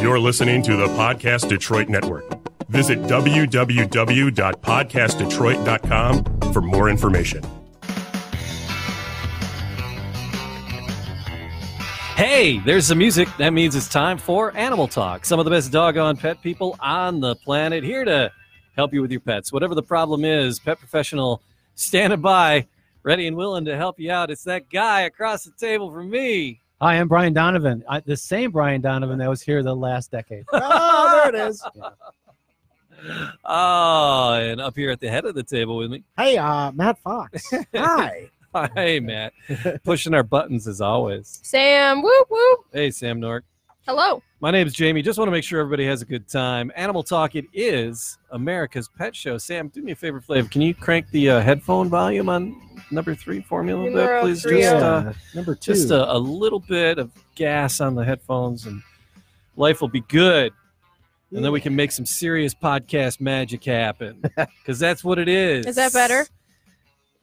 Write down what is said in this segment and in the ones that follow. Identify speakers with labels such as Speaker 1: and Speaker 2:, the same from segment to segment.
Speaker 1: You're listening to the Podcast Detroit Network. Visit www.podcastdetroit.com for more information.
Speaker 2: Hey, there's the music. That means it's time for Animal Talk. Some of the best doggone pet people on the planet here to help you with your pets. Whatever the problem is, pet professional standing by, ready and willing to help you out. It's that guy across the table from me.
Speaker 3: Hi, I'm Brian Donovan. I, the same Brian Donovan that was here the last decade.
Speaker 4: Oh, there it is.
Speaker 2: Oh, and up here at the head of the table with me.
Speaker 4: Hey, uh, Matt Fox. Hi.
Speaker 2: Hey, Matt. Pushing our buttons as always.
Speaker 5: Sam, whoop whoop.
Speaker 2: Hey, Sam Nork.
Speaker 5: Hello.
Speaker 2: My name's Jamie. Just want to make sure everybody has a good time. Animal Talk, it is America's pet show. Sam, do me a favor, Flav. Can you crank the uh, headphone volume on number three for me a little bit,
Speaker 5: Numero
Speaker 2: please?
Speaker 5: three.
Speaker 2: Just, uh,
Speaker 3: number two.
Speaker 2: just a, a little bit of gas on the headphones, and life will be good. And then we can make some serious podcast magic happen because that's what it is.
Speaker 5: Is that better?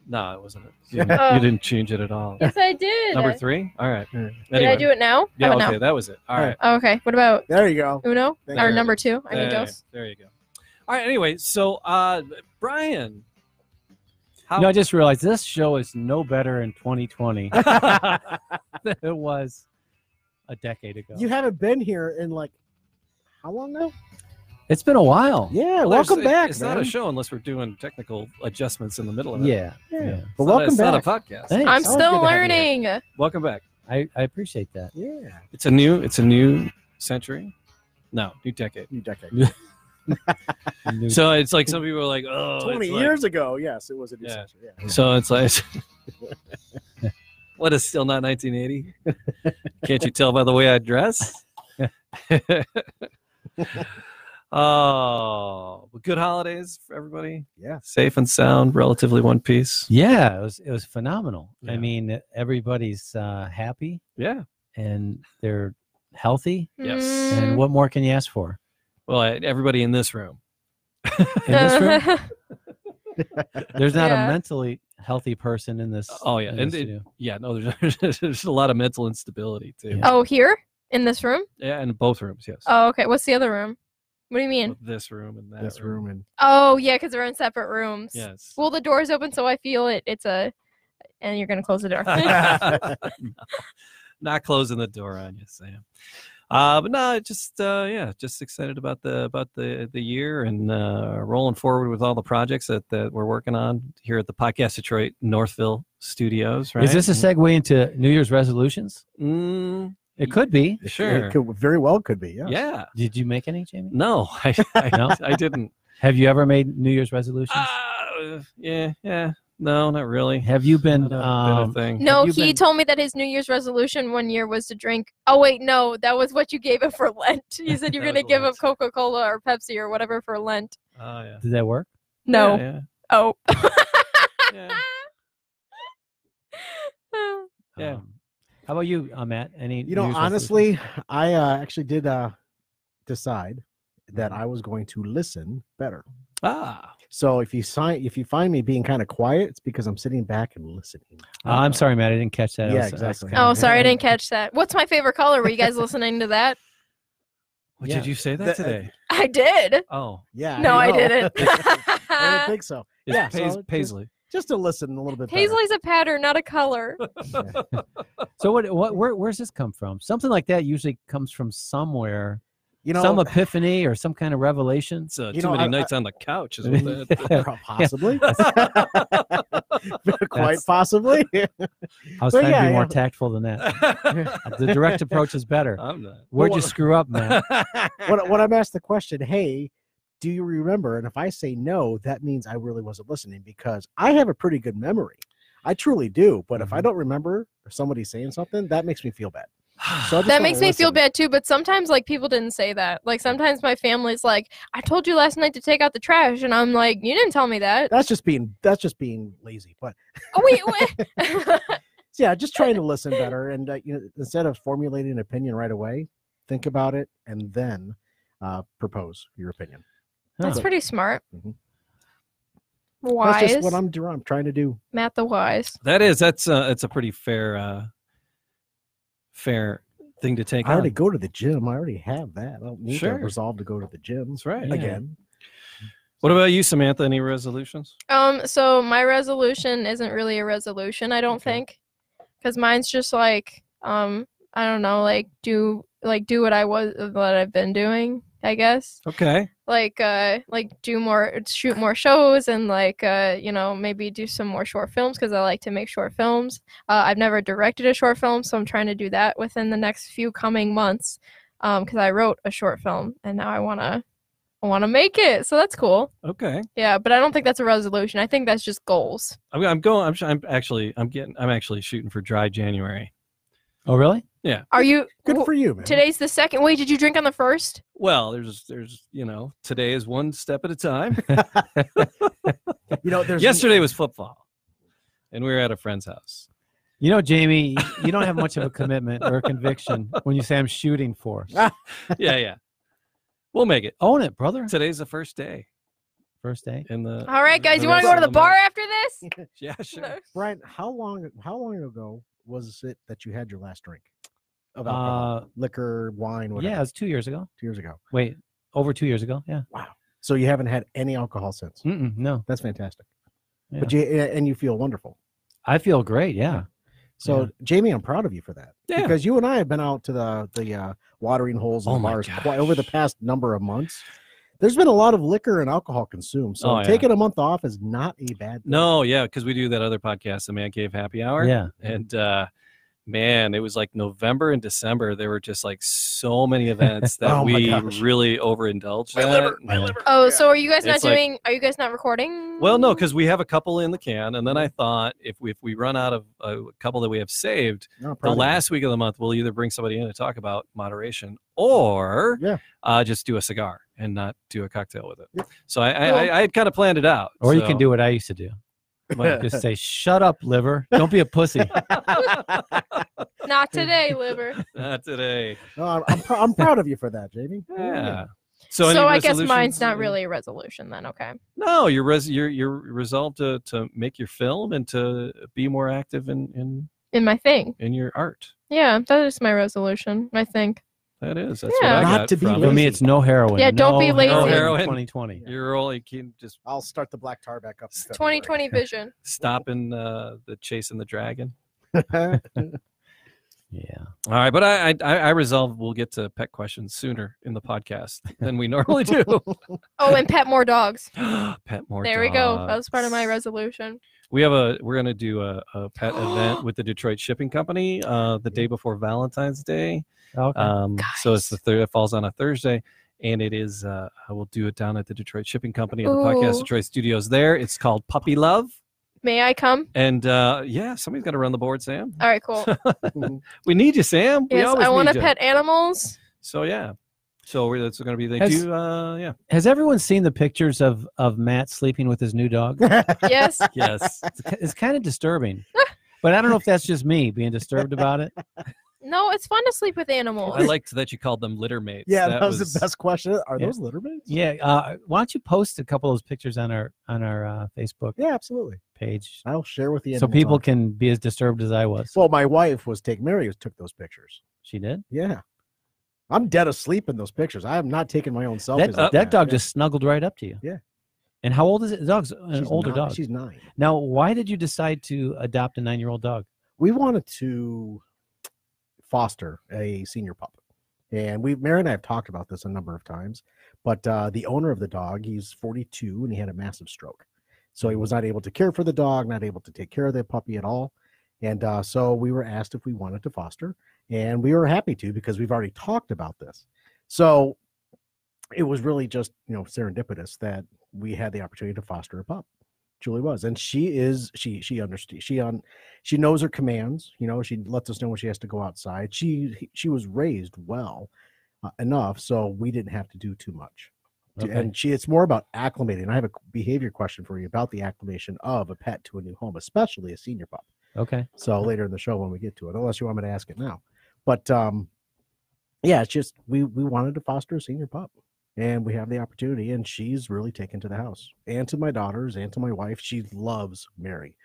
Speaker 2: No, it wasn't. You didn't,
Speaker 5: Oh.
Speaker 2: you didn't change it at all.
Speaker 5: Yes, I did.
Speaker 2: Number three? All right.
Speaker 5: Did I do it now?
Speaker 2: yeah,
Speaker 5: How about
Speaker 2: okay. That was it. Uh, All right.
Speaker 5: now? Oh, okay. What about
Speaker 4: There you go.
Speaker 5: Uno
Speaker 4: Thank
Speaker 5: or
Speaker 2: you.
Speaker 5: number two? I mean,
Speaker 2: there,
Speaker 5: dos.
Speaker 2: there you go. All right. Anyway, so uh, Brian, how
Speaker 3: You know, I just realized this show is no better in 2020 than it was a decade ago.
Speaker 4: You haven't been here in like how long now?
Speaker 3: it's been a while.
Speaker 4: Yeah,
Speaker 2: Well,
Speaker 4: welcome
Speaker 2: there's- it-
Speaker 4: back.
Speaker 2: It's
Speaker 4: man.
Speaker 2: not a show unless we're doing technical adjustments in the middle of it.
Speaker 3: Yeah.
Speaker 4: Yeah.
Speaker 3: yeah.
Speaker 4: But
Speaker 2: It's not-
Speaker 4: welcome
Speaker 2: it's
Speaker 4: back.
Speaker 2: not a podcast.
Speaker 3: Thanks.
Speaker 5: I'm
Speaker 3: Always good to
Speaker 5: still
Speaker 3: have you here.
Speaker 5: learning.
Speaker 2: Welcome back.
Speaker 3: I, I appreciate that.
Speaker 4: yeah.
Speaker 2: It's a new. It's a new century. No, new decade.
Speaker 4: New decade.
Speaker 2: Oh,
Speaker 3: New-
Speaker 2: So it's like some people are like, oh, it's
Speaker 4: 20
Speaker 2: like-
Speaker 4: years ago, yes, it was a new
Speaker 2: Yeah.
Speaker 4: century, yeah.
Speaker 2: So it's like, what is still not 1980? Can't you tell by the way I dress? oh, but good holidays for everybody.
Speaker 4: Yeah.
Speaker 2: Safe and sound, relatively one piece.
Speaker 3: yeah, it was it was phenomenal.
Speaker 2: Yeah.
Speaker 3: I mean, everybody's uh, happy
Speaker 2: Yeah.
Speaker 3: and they're healthy.
Speaker 2: Yes.
Speaker 5: Mm.
Speaker 3: And what more can you ask for?
Speaker 2: Well, I- everybody in this room.
Speaker 3: In this room, there's not
Speaker 5: Yeah.
Speaker 3: a mentally healthy person in this.
Speaker 2: Oh, yeah,
Speaker 3: in
Speaker 2: and
Speaker 3: this
Speaker 2: it-
Speaker 3: studio.
Speaker 2: Yeah, no, there's, there's a lot of mental instability too.
Speaker 3: Yeah.
Speaker 5: oh, here in this room.
Speaker 2: Yeah, in both rooms, yes.
Speaker 5: Oh, okay. What's the other room? What do you mean?
Speaker 2: With This room and that
Speaker 4: This room and
Speaker 5: Oh, yeah, because we're in separate rooms.
Speaker 2: Yes.
Speaker 5: Well, the door's open, so I feel it. It's a, and you're gonna close the door.
Speaker 2: not closing the door on you, Sam. Uh, but no, just uh, yeah, just excited about the about the the year and uh, rolling forward with all the projects that, that we're working on here at the Podcast Detroit Northville Studios. Right?
Speaker 3: Is this a segue into New Year's resolutions?
Speaker 2: Mm,
Speaker 3: It could be.
Speaker 2: sure.
Speaker 4: It could, very well could be. Yeah.
Speaker 2: yeah.
Speaker 3: Did you make any, Jamie?
Speaker 2: No, I I,
Speaker 3: No?
Speaker 2: I didn't.
Speaker 3: Have you ever made New Year's resolutions?
Speaker 2: Uh, yeah, yeah. No, not really.
Speaker 3: Have you
Speaker 2: Not
Speaker 3: been?
Speaker 2: a- been a
Speaker 3: Um,
Speaker 2: thing.
Speaker 5: No,
Speaker 3: you
Speaker 5: he
Speaker 3: been-
Speaker 5: told me that his New Year's resolution one year was to drink. Oh wait, no, that was what you gave him for Lent. You said you're
Speaker 2: That
Speaker 5: gonna
Speaker 2: was
Speaker 5: give
Speaker 2: Lent.
Speaker 5: him Coca Cola or Pepsi or whatever for Lent.
Speaker 2: Oh yeah.
Speaker 3: did that work?
Speaker 5: No.
Speaker 2: Yeah,
Speaker 5: Oh.
Speaker 2: yeah, Yeah.
Speaker 3: Um, how about you, uh, Matt? Any?
Speaker 4: You know,
Speaker 3: New Year's resolutions?
Speaker 4: honestly, I uh, actually did uh, decide that I was going to listen better.
Speaker 2: yeah. Ah.
Speaker 4: So if you sign, if you find me being kind of quiet, it's because I'm sitting back and listening.
Speaker 3: Uh, I'm sorry, Matt. I didn't catch that. I
Speaker 4: Yeah,
Speaker 3: was- I was
Speaker 4: exactly.
Speaker 3: kinda-
Speaker 5: Oh, sorry, I didn't catch that. What's my favorite color? Were you guys listening to that?
Speaker 2: What
Speaker 3: Yeah. uh,
Speaker 2: Did you say that,
Speaker 4: That-
Speaker 2: today?
Speaker 5: I did.
Speaker 2: Oh,
Speaker 4: Yeah.
Speaker 5: No, I
Speaker 4: know.
Speaker 5: didn't.
Speaker 4: I didn't think so.
Speaker 2: it's
Speaker 4: Yeah,
Speaker 2: Pais-
Speaker 4: so just-
Speaker 2: Paisley.
Speaker 4: Just to listen a little bit. better.
Speaker 5: Paisley's a pattern, not a color.
Speaker 3: So what? What? Where? Where's this come from? Something like that usually comes from somewhere.
Speaker 4: you know,
Speaker 3: some epiphany or some kind of revelation.
Speaker 2: It's uh,
Speaker 4: You
Speaker 2: too
Speaker 4: know,
Speaker 2: many
Speaker 4: I-
Speaker 2: nights on the couch. Is what that,
Speaker 3: Yeah.
Speaker 4: pro- possibly, quite
Speaker 3: That's-
Speaker 4: possibly.
Speaker 3: I was
Speaker 4: But
Speaker 3: trying to
Speaker 4: yeah,
Speaker 3: be more
Speaker 4: yeah.
Speaker 3: tactful than that. The direct approach is better.
Speaker 2: I'm not.
Speaker 3: Where'd
Speaker 4: well,
Speaker 3: you screw up, Matt?
Speaker 4: when, when I'm asked the question, hey, do you remember? And if I say no, that means I really wasn't listening because I have a pretty good memory. I truly do. But
Speaker 5: Mm-hmm.
Speaker 4: if I don't remember or somebody's saying something, that makes me feel bad. So I just
Speaker 5: That
Speaker 4: wanna
Speaker 5: makes me feel
Speaker 4: listen.
Speaker 5: bad too, but sometimes like people didn't say that. Like sometimes my family's like, I told you last night to take out the trash and I'm like, You didn't tell me that.
Speaker 4: That's just being that's just being lazy. But
Speaker 5: Oh wait, wait.
Speaker 4: yeah, just trying to listen better. And uh, you know, instead of formulating an opinion right away, think about it and then uh, propose your opinion.
Speaker 5: That's
Speaker 3: Huh.
Speaker 5: pretty smart.
Speaker 4: Mhm.
Speaker 5: Wise.
Speaker 4: That's just what I'm doing. I'm trying to do.
Speaker 5: Matt the wise.
Speaker 2: that is. That's. Uh, it's a pretty fair. Uh, fair thing to take
Speaker 4: I already
Speaker 2: on.
Speaker 4: go to the gym. I already have that. I don't need
Speaker 2: Sure.
Speaker 4: to resolve to go to the gym.
Speaker 2: That's right.
Speaker 4: Again,
Speaker 2: What about you, Samantha? Any resolutions?
Speaker 5: Um, so my resolution isn't really a resolution, I don't
Speaker 2: Okay.
Speaker 5: think, because mine's just like, um, I don't know, like do like do what I was what I've been doing, I guess.
Speaker 2: Okay.
Speaker 5: Like, uh, like do more, shoot more shows, and like, uh, you know, maybe do some more short films because I like to make short films. Uh, I've never directed a short film, so I'm trying to do that within the next few coming months. Um, because I wrote a short film and now I wanna, I wanna make it, so that's cool.
Speaker 2: Okay.
Speaker 5: Yeah, but I don't think that's a resolution. I think that's just goals.
Speaker 2: I'm, I'm going. I'm, sh- I'm actually. I'm getting. I'm actually shooting for dry January.
Speaker 3: Oh, really?
Speaker 5: Are you
Speaker 4: good
Speaker 5: wh-
Speaker 4: for you, man.
Speaker 5: Today's the second. Wait, did you drink on the first?
Speaker 2: Well, there's. There's. You know, today is one step at a time.
Speaker 4: you know, there's
Speaker 2: Yesterday was football, and we were at a friend's house.
Speaker 3: You know, Jamie, you don't have much of a commitment or a conviction when you say I'm shooting for.
Speaker 2: Yeah, yeah. We'll make it.
Speaker 3: Own it, brother.
Speaker 2: Today's the first day
Speaker 3: First day.
Speaker 2: in the.
Speaker 5: All right, guys,
Speaker 2: the
Speaker 5: you want
Speaker 2: rest
Speaker 5: to go
Speaker 2: of
Speaker 5: to the bar
Speaker 2: month.
Speaker 5: after this?
Speaker 2: Yeah, sure.
Speaker 5: No.
Speaker 4: Brian, how long how long ago was it that you had your last drink of alcohol,
Speaker 3: Uh,
Speaker 4: liquor, wine, whatever?
Speaker 3: yeah, it was two years ago.
Speaker 4: two years ago.
Speaker 3: Wait, over two years ago. Yeah.
Speaker 4: So you haven't had any alcohol since.
Speaker 2: Mm.
Speaker 3: Mm-mm, no,
Speaker 4: That's fantastic. But you and you feel wonderful.
Speaker 3: I feel great. Yeah.
Speaker 4: So
Speaker 3: Yeah.
Speaker 4: Jamie, I'm proud of you for that
Speaker 2: Yeah.
Speaker 4: because you and I have been out to the the uh, watering holes and
Speaker 2: Oh
Speaker 4: the
Speaker 2: my
Speaker 4: bars quite over the past number of months. There's been a lot of liquor and alcohol consumed, so
Speaker 2: Oh, yeah.
Speaker 4: taking a month off is not a bad. thing.
Speaker 2: No, yeah, because we do that other podcast, the Man Cave Happy Hour.
Speaker 3: Yeah.
Speaker 2: And uh man, it was like November and December. There were just like so many events that
Speaker 4: Oh my
Speaker 2: we
Speaker 4: gosh.
Speaker 2: really overindulged. at. And-
Speaker 5: Oh, so are you guys not
Speaker 2: It's like-
Speaker 5: doing? Are you guys not recording?
Speaker 2: Well, no, because we have a couple in the can, and then I thought if we, if we run out of a couple that we have saved,
Speaker 4: No, I'm proud
Speaker 2: the
Speaker 4: of you.
Speaker 2: last week of the month, we'll either bring somebody in to talk about moderation or
Speaker 4: Yeah.
Speaker 2: uh, just do a cigar and not do a cocktail with it.
Speaker 4: Yeah.
Speaker 2: So I, I,
Speaker 5: Well-
Speaker 2: I, I had kind of planned it out.
Speaker 3: Or you can
Speaker 2: so-
Speaker 3: do what I used to do.
Speaker 2: What?
Speaker 3: Just say, "Shut up, liver. Don't be a pussy."
Speaker 5: not today, liver.
Speaker 2: not today.
Speaker 4: No, I'm, I'm, prou- I'm proud of you for that, Jamie.
Speaker 2: Yeah.
Speaker 5: So,
Speaker 2: any
Speaker 5: I guess
Speaker 2: resolutions?
Speaker 5: mine's not really a resolution then. Okay.
Speaker 2: No, you're res- you're you're resolved to to make your film and to be more active in in
Speaker 5: In my thing.
Speaker 2: in your art.
Speaker 5: Yeah, that is my resolution. I think.
Speaker 2: That is. That's
Speaker 5: Yeah.
Speaker 2: what I
Speaker 4: Not
Speaker 2: got
Speaker 4: to be
Speaker 2: from
Speaker 3: For
Speaker 2: it.
Speaker 3: me, it's no heroin.
Speaker 5: Yeah, don't be
Speaker 3: No
Speaker 5: lazy.
Speaker 2: No heroin.
Speaker 3: 2020.
Speaker 2: You're only keep just
Speaker 4: I'll start the black tar back up. in February.
Speaker 5: 2020 vision.
Speaker 2: stopping uh, the chasing the dragon.
Speaker 3: Yeah.
Speaker 2: All right, but I I, I I resolve we'll get to pet questions sooner in the podcast than we normally do.
Speaker 5: Oh, and pet more dogs.
Speaker 2: pet more.
Speaker 5: There we go. That was part of my
Speaker 2: dogs.
Speaker 5: resolution.
Speaker 2: We have a we're gonna do a, a pet event with the Detroit Shipping Company uh, the day before Valentine's Day.
Speaker 3: Okay.
Speaker 2: Um, so it's
Speaker 5: Guys.
Speaker 2: the third. It falls on a Thursday, and it is. Uh, I will do it down at the Detroit Shipping Company and the podcast
Speaker 5: Ooh.
Speaker 2: Detroit Studios. There, it's called Puppy Love,
Speaker 5: May I come?
Speaker 2: and uh, yeah, somebody's got to run the board, Sam.
Speaker 5: All right, cool.
Speaker 2: We need you, Sam. we
Speaker 5: Uh, yes,
Speaker 2: always
Speaker 5: I want
Speaker 2: need
Speaker 5: to
Speaker 2: you.
Speaker 5: pet animals.
Speaker 2: So yeah, so we're, that's going to be they
Speaker 3: Has-
Speaker 2: do. Uh, yeah,
Speaker 3: Has everyone seen the pictures of of Matt sleeping with his new dog?
Speaker 5: Yes.
Speaker 2: yes.
Speaker 3: It's, ki- it's kind of disturbing. But I don't know if that's just me being disturbed about it.
Speaker 5: No, it's fun to sleep with animals.
Speaker 2: I liked that you called them litter mates.
Speaker 4: yeah, that, was, the best question. Are
Speaker 3: Yeah.
Speaker 4: those littermates?
Speaker 3: Yeah. Uh, why don't you post a couple of those pictures on our on our uh, Facebook
Speaker 4: yeah, absolutely.
Speaker 3: page
Speaker 4: I'll share with you.
Speaker 3: so people can be as disturbed as I was?
Speaker 4: Well, my wife was take Mary who took those pictures.
Speaker 3: she did.
Speaker 4: Yeah, I'm dead asleep in those pictures. I am not taking my own selfies.
Speaker 3: That,
Speaker 4: like
Speaker 3: that dog just snuggled right up to you.
Speaker 4: Yeah.
Speaker 3: And how old is it? The dog's
Speaker 4: Yeah.
Speaker 3: an
Speaker 4: She's
Speaker 3: older
Speaker 4: nine-
Speaker 3: dog.
Speaker 4: She's nine.
Speaker 3: Now, why did you decide to adopt a nine year old dog?
Speaker 4: We wanted to foster a senior pup, and we Mary and I have talked about this a number of times. But uh, the owner of the dog, he's 42, and he had a massive stroke, so he was not able to care for the dog, not able to take care of the puppy at all. And uh, so we were asked if we wanted to foster, and we were happy to because we've already talked about this. So it was really just you know serendipitous that we had the opportunity to foster a pup. Julie was, and she is she she understands she on she knows her commands. You know she lets us know when she has to go outside. She she was raised well uh, enough, so we didn't have to do too much.
Speaker 3: Okay.
Speaker 4: And she it's more about acclimating. I have a behavior question for you about the acclimation of a pet to a new home, especially a senior pup.
Speaker 3: Okay.
Speaker 4: So later in the show when we get to it, unless you want me to ask it now. But um yeah, it's just we we wanted to foster a senior pup and we have the opportunity and she's really taken to the house and to my daughters and to my wife. She loves Mary.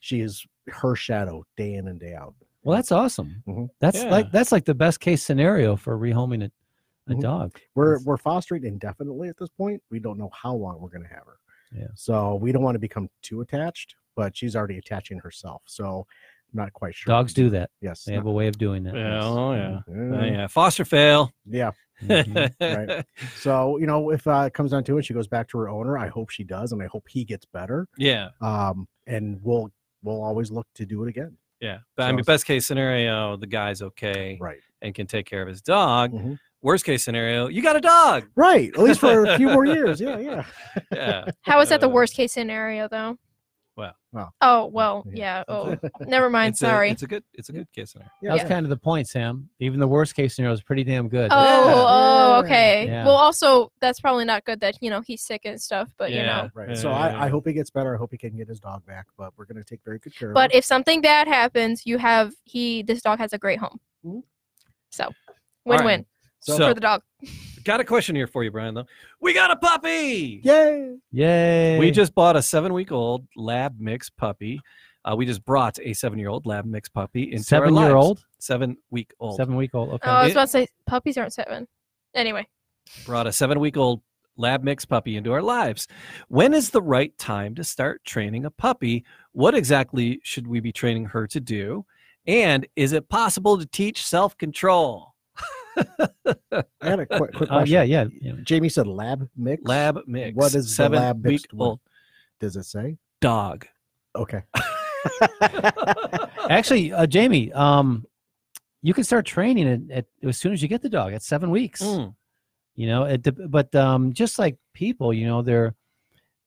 Speaker 4: She is her shadow day in and day out.
Speaker 3: Well, that's awesome.
Speaker 4: Mhm.
Speaker 3: That's
Speaker 2: Yeah.
Speaker 3: like that's like the best case scenario for rehoming a, a
Speaker 4: Mhm.
Speaker 3: dog.
Speaker 4: We're
Speaker 3: That's-
Speaker 4: we're fostering indefinitely at this point. We don't know how long we're going to have her.
Speaker 3: Yeah.
Speaker 4: So we don't want to become too attached, but she's already attaching herself. So I'm not quite sure.
Speaker 3: dogs do that.
Speaker 4: Yes.
Speaker 3: They
Speaker 4: not-
Speaker 3: have uh, a way of doing that.
Speaker 2: Yeah, oh yeah. Oh,
Speaker 4: Yeah.
Speaker 2: yeah. Foster fail.
Speaker 4: yeah.
Speaker 3: Mhm.
Speaker 4: right. So you know, if uh, it comes down to it, she goes back to her owner. I hope she does, and I hope he gets better.
Speaker 2: Yeah.
Speaker 4: Um, and we'll we'll always look to do it again.
Speaker 2: Yeah. But I mean,
Speaker 4: So-
Speaker 2: best case scenario, the guy's okay
Speaker 4: Right.
Speaker 2: and can take care of his dog.
Speaker 4: Mhm.
Speaker 2: Worst case scenario, you got a dog.
Speaker 4: Right. At least for a few more years. Yeah. Yeah.
Speaker 2: Yeah.
Speaker 5: How is that the
Speaker 2: Uh,
Speaker 5: worst case scenario though?
Speaker 2: well.
Speaker 4: Well.
Speaker 5: Oh well,
Speaker 4: Yeah.
Speaker 5: yeah. Oh, never mind.
Speaker 2: It's a-
Speaker 5: sorry.
Speaker 2: it's a good. It's a good case scenario.
Speaker 3: That was
Speaker 4: Yeah.
Speaker 3: kind of the point, Sam. Even the worst case scenario is pretty damn good.
Speaker 5: Oh, oh,
Speaker 4: Yeah.
Speaker 5: okay.
Speaker 3: Yeah.
Speaker 5: Well, also that's probably not good that you know he's sick and stuff, but you
Speaker 2: Yeah.
Speaker 5: know.
Speaker 4: Right. So I, I hope he gets better. I hope he can get his dog back, but we're gonna take very good care
Speaker 5: But
Speaker 4: of
Speaker 5: if something bad happens, you have he this dog has a great home.
Speaker 4: Mhm.
Speaker 5: So,
Speaker 2: right.
Speaker 5: win-win
Speaker 2: So,
Speaker 5: for the dog.
Speaker 2: got a question here for you, Brian. Though we got a puppy.
Speaker 4: it. Yay.
Speaker 3: Yay!
Speaker 2: We just bought a seven-week-old lab mix puppy. Uh, we just brought a seven-year-old lab mix puppy into our
Speaker 3: seven year
Speaker 2: lives.
Speaker 3: old,
Speaker 2: seven-week-old.
Speaker 3: seven week old. Okay.
Speaker 5: Oh, I was
Speaker 2: It-
Speaker 5: about to say puppies aren't seven. Anyway,
Speaker 2: brought a seven week old lab mix puppy into our lives. When is the right time to start training a puppy? What exactly should we be training her to do? And is it possible to teach self control?
Speaker 4: I had a quick, quick question.
Speaker 3: Uh, yeah, yeah, yeah.
Speaker 4: Jamie said lab mix.
Speaker 2: Lab mix.
Speaker 4: What is the
Speaker 2: seven
Speaker 4: lab
Speaker 2: week
Speaker 4: mixed one?
Speaker 2: old
Speaker 4: Does it say?
Speaker 2: dog?
Speaker 4: Okay.
Speaker 3: Actually, uh, Jamie, um, you can start training it at, as soon as you get the dog at seven weeks.
Speaker 2: Mm,
Speaker 3: You know, it, dep- but um, just like people, you know, they're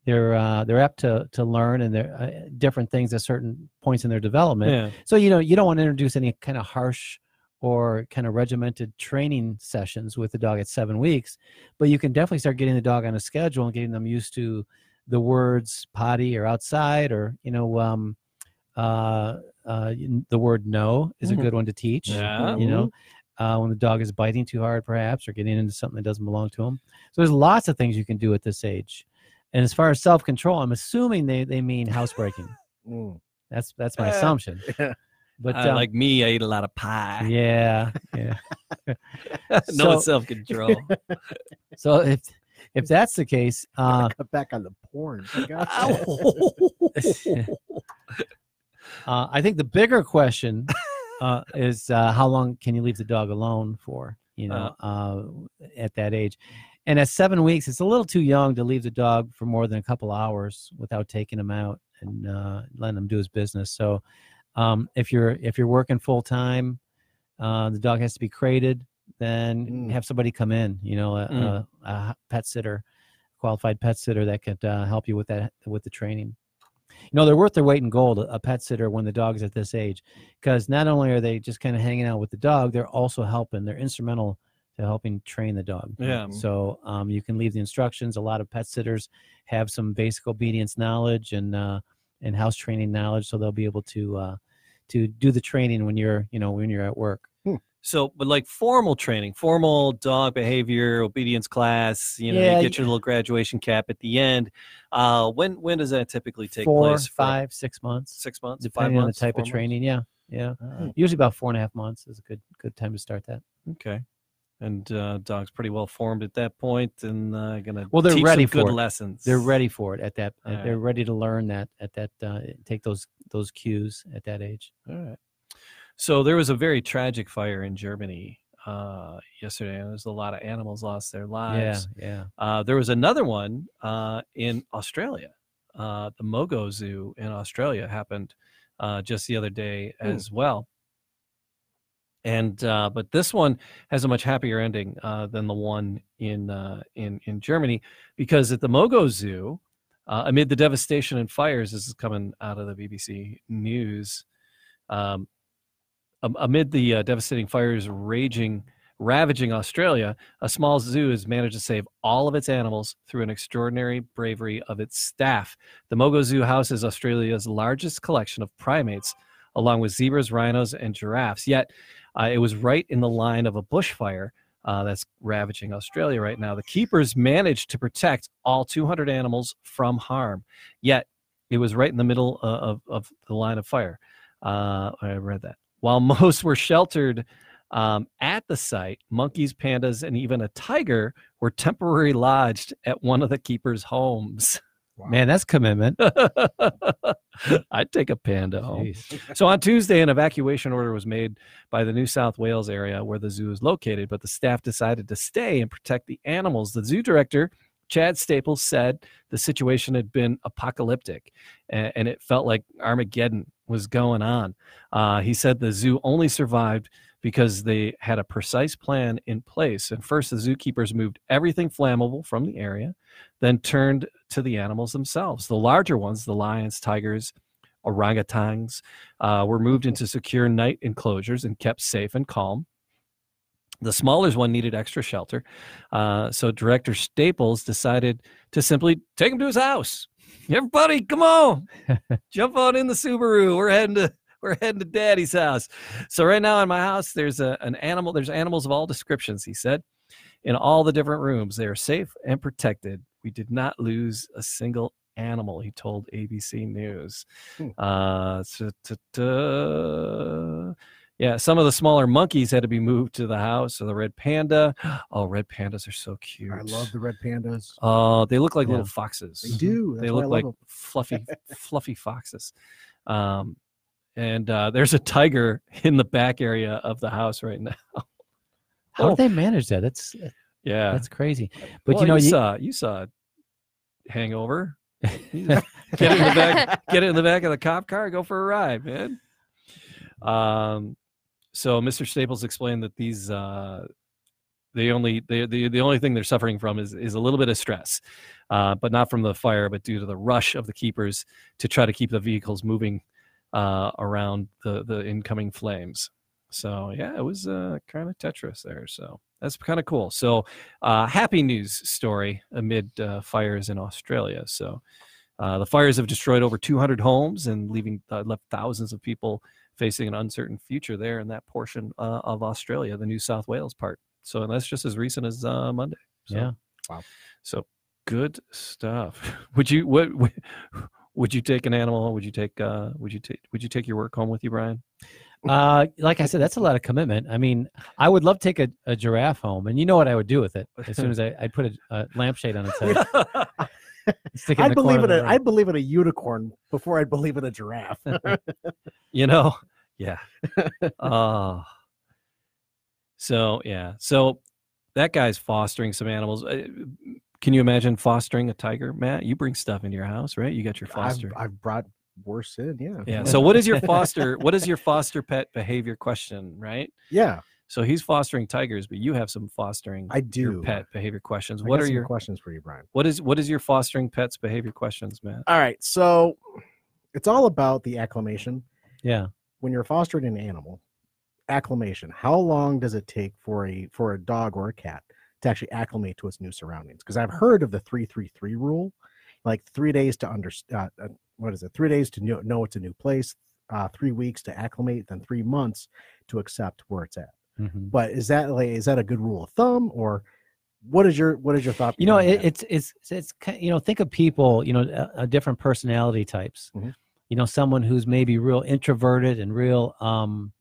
Speaker 3: they're uh, they're apt to to learn and they're uh, different things at certain points in their development.
Speaker 2: yeah.
Speaker 3: So you know, you don't want to introduce any kind of harsh or kind of regimented training sessions with the dog at seven weeks, but you can definitely start getting the dog on a schedule and getting them used to the words potty or outside or you know um, uh, uh, n- the word no is
Speaker 2: Mhm.
Speaker 3: a good one to teach.
Speaker 2: Yeah.
Speaker 3: You know, uh, when the dog is biting too hard, perhaps, or getting into something that doesn't belong to him. So there's lots of things you can do at this age. And as far as self control, I'm assuming they, they mean housebreaking.
Speaker 4: Mm.
Speaker 3: That's that's my
Speaker 2: Uh,
Speaker 3: assumption. But
Speaker 2: Uh,
Speaker 3: um,
Speaker 2: like me, I ate a lot of pie.
Speaker 3: yeah, yeah.
Speaker 2: no
Speaker 3: so-
Speaker 2: self control.
Speaker 3: So if if that's the case, uh,
Speaker 4: Cut back on the porn. I got
Speaker 3: uh, I think the bigger question uh, is uh, how long can you leave the dog alone for? You
Speaker 2: Uh-huh.
Speaker 3: know, uh, at that age, and at seven weeks, it's a little too young to leave the dog for more than a couple hours without taking him out and uh, letting him do his business. So, um, if you're if you're working full time, uh, the dog has to be crated. Then
Speaker 4: Mm.
Speaker 3: have somebody come in. You know, a,
Speaker 2: Mm.
Speaker 3: a, a pet sitter qualified pet sitter that could uh, help you with that with the training. You know, they're worth their weight in gold. A a pet sitter when the dog's at this age, because not only are they just kind of hanging out with the dog, they're also helping. They're instrumental to helping train the dog.
Speaker 2: Yeah.
Speaker 3: So um, you can leave the instructions. A lot of pet sitters have some basic obedience knowledge and uh, and house training knowledge, so they'll be able to uh, to do the training when you're you know when you're at work.
Speaker 2: So, but like formal training, formal dog behavior obedience class, you know,
Speaker 3: Yeah,
Speaker 2: you get your little graduation cap at the end. Uh, when when does that typically take
Speaker 3: Four,
Speaker 2: place? For
Speaker 3: five, six months.
Speaker 2: six months, five
Speaker 3: depending on the
Speaker 2: months,
Speaker 3: type
Speaker 2: four
Speaker 3: of
Speaker 2: months?
Speaker 3: training. Yeah, yeah.
Speaker 4: Ah.
Speaker 3: Usually about four and a half months is a good good time to start that.
Speaker 2: Okay, and uh, dog's pretty well formed at that point, and uh, gonna
Speaker 3: Well, they're
Speaker 2: teach
Speaker 3: ready
Speaker 2: some good
Speaker 3: for it.
Speaker 2: lessons.
Speaker 3: They're ready for it at that. uh,
Speaker 2: Alright.
Speaker 3: They're ready to learn that at that. Uh, take those those cues at that age.
Speaker 2: All right. So there was a very tragic fire in Germany uh, yesterday, and there's a lot of animals lost their lives.
Speaker 3: Yeah, yeah.
Speaker 2: Uh, there was another one uh, in Australia. Uh, the Mogo Zoo in Australia happened uh, just the other day
Speaker 4: Hmm.
Speaker 2: as well. And uh, but this one has a much happier ending uh, than the one in uh, in in Germany because at the Mogo Zoo, uh, amid the devastation and fires, this is coming out of the BBC News. Um, am- amid the uh, devastating fires raging, ravaging Australia, a small zoo has managed to save all of its animals through an extraordinary bravery of its staff. The Mogo Zoo houses Australia's largest collection of primates, along with zebras, rhinos, and giraffes. Yet, uh, it was right in the line of a bushfire uh, that's ravaging Australia right now. The keepers managed to protect all 200 animals from harm. Yet, it was right in the middle uh, of, of the line of fire. Uh, I read that. While most were sheltered um, at the site, monkeys, pandas, and even a tiger were temporarily lodged at one of the keepers' homes.
Speaker 3: Man, that's commitment.
Speaker 2: I'd take a panda home. So on Tuesday, an evacuation order was made by the New South Wales area where the zoo is located, but the staff decided to stay and protect the animals. The zoo director, Chad Staples, said the situation had been apocalyptic and, and it felt like Armageddon was going on. Uh, he said the zoo only survived because they had a precise plan in place. And first, the zookeepers moved everything flammable from the area, then turned to the animals themselves. The larger ones, the lions, tigers, orangutans uh, were moved into secure night enclosures and kept safe and calm. The smaller one needed extra shelter, uh, so director Staples decided to simply take him to his house. Everybody, come on, jump on in the Subaru. We're heading to we're heading to Daddy's house. So right now in my house, there's a, an animal. There's animals of all descriptions. He said, in all the different rooms, they are safe and protected. We did not lose a single animal. He told ABC News.
Speaker 4: Hmm.
Speaker 2: Uh, ta- ta- ta. yeah, some of the smaller monkeys had to be moved to the house. So the red panda. Oh, red pandas are so cute.
Speaker 4: I love the red pandas.
Speaker 2: Oh, they look like
Speaker 3: Yeah.
Speaker 2: little foxes.
Speaker 4: They do.
Speaker 2: Mm-hmm.
Speaker 4: That's
Speaker 2: They
Speaker 4: why
Speaker 2: look
Speaker 4: I love
Speaker 2: like
Speaker 4: 'em.
Speaker 2: fluffy, fluffy foxes. Um, and uh, there's a tiger in the back area of the house right now.
Speaker 3: How did they manage that? That's
Speaker 2: Yeah,
Speaker 3: that's crazy. But
Speaker 2: Well, uh,
Speaker 3: you know, you,
Speaker 2: saw you saw Hangover. You just get it in the back. get it in the back of the cop car, go for a ride, man. Um, so Mr. Staples explained that these uh, they only they, the the only thing they're suffering from is is a little bit of stress, uh, but not from the fire, but due to the rush of the keepers to try to keep the vehicles moving uh, around the the incoming flames. So yeah, it was uh, kind of Tetris there. So that's kind of cool. So uh, happy news story amid uh, fires in Australia. So uh, the fires have destroyed over 200 homes and leaving uh, left thousands of people facing an uncertain future there in that portion uh, of Australia, the New South Wales part. So and that's just as recent as uh, Monday. So,
Speaker 3: Yeah.
Speaker 4: Wow.
Speaker 2: So good stuff. Would you what? Would you take an animal? Would you take? Uh, would you take? Would you take your work home with you, Brian?
Speaker 3: uh, like I said, that's a lot of commitment. I mean, I would love to take a, a giraffe home, and you know what I would do with it as soon as I I'd put a, a lampshade on its head, stick it in
Speaker 4: I'd
Speaker 3: the corner
Speaker 4: believe
Speaker 3: of
Speaker 4: in
Speaker 3: the
Speaker 4: a
Speaker 3: room.
Speaker 4: I'd believe in a unicorn before I'd believe in a giraffe.
Speaker 2: you know yeah uh, so yeah so that guy's fostering some animals Uh, can you imagine fostering a tiger matt you bring stuff into your house right you got your
Speaker 4: I've,
Speaker 2: foster
Speaker 4: I've brought worse in, yeah.
Speaker 2: yeah so what is your foster what is your foster pet behavior question right
Speaker 4: Yeah,
Speaker 2: so he's fostering tigers but you have some fostering
Speaker 4: I
Speaker 2: your
Speaker 4: do.
Speaker 2: pet behavior questions
Speaker 4: I
Speaker 2: what
Speaker 4: got
Speaker 2: are
Speaker 4: some
Speaker 2: your
Speaker 4: questions for you, Brian?
Speaker 2: what is what is your fostering pets behavior questions matt
Speaker 4: All right, so it's all about the acclimation.
Speaker 3: Yeah,
Speaker 4: When you're fostering an animal, acclimation. How long does it take for a for a dog or a cat to actually acclimate to its new surroundings? Because I've heard of the three three three rule, like three days to understand. Uh, what is it? Three days to know, know it's a new place. Uh, three weeks to acclimate, then three months to accept where it's at.
Speaker 3: Mhm.
Speaker 4: but is that like is that a good rule of thumb or what is your what is your thought
Speaker 3: you know,
Speaker 4: behind
Speaker 3: it,
Speaker 4: that?
Speaker 3: it's it's it's ki- you know, think of people, you know, uh, uh, different personality types.
Speaker 4: Mhm.
Speaker 3: You know, someone who's maybe real introverted and real, um,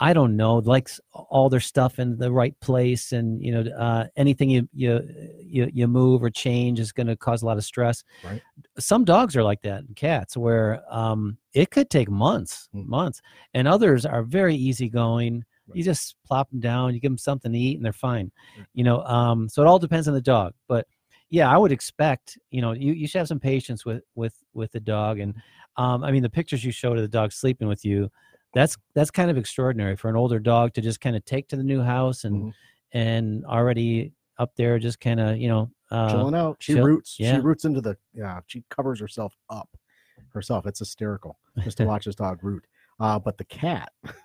Speaker 3: I don't know, likes all their stuff in the right place, and you know, uh, anything you you you you move or change is going to cause a lot of stress.
Speaker 4: Right.
Speaker 3: Some dogs are like that, and cats, where um, it could take months,
Speaker 4: Mm.
Speaker 3: months, and others are very easygoing. You
Speaker 4: Right.
Speaker 3: just plop them down, you give them something to eat, and they're fine you know um so it all depends on the dog but yeah i would expect you know you, you should have some patience with with with the dog and um i mean the pictures you showed of the dog sleeping with you that's that's kind of extraordinary for an older dog to just kind of take to the new house and
Speaker 4: Mhm.
Speaker 3: and already up there just kind of you know uh,
Speaker 4: chilling out she
Speaker 3: chill-
Speaker 4: roots
Speaker 3: yeah.
Speaker 4: she roots into the yeah she covers herself up herself it's hysterical just to watch this dog root uh but the cat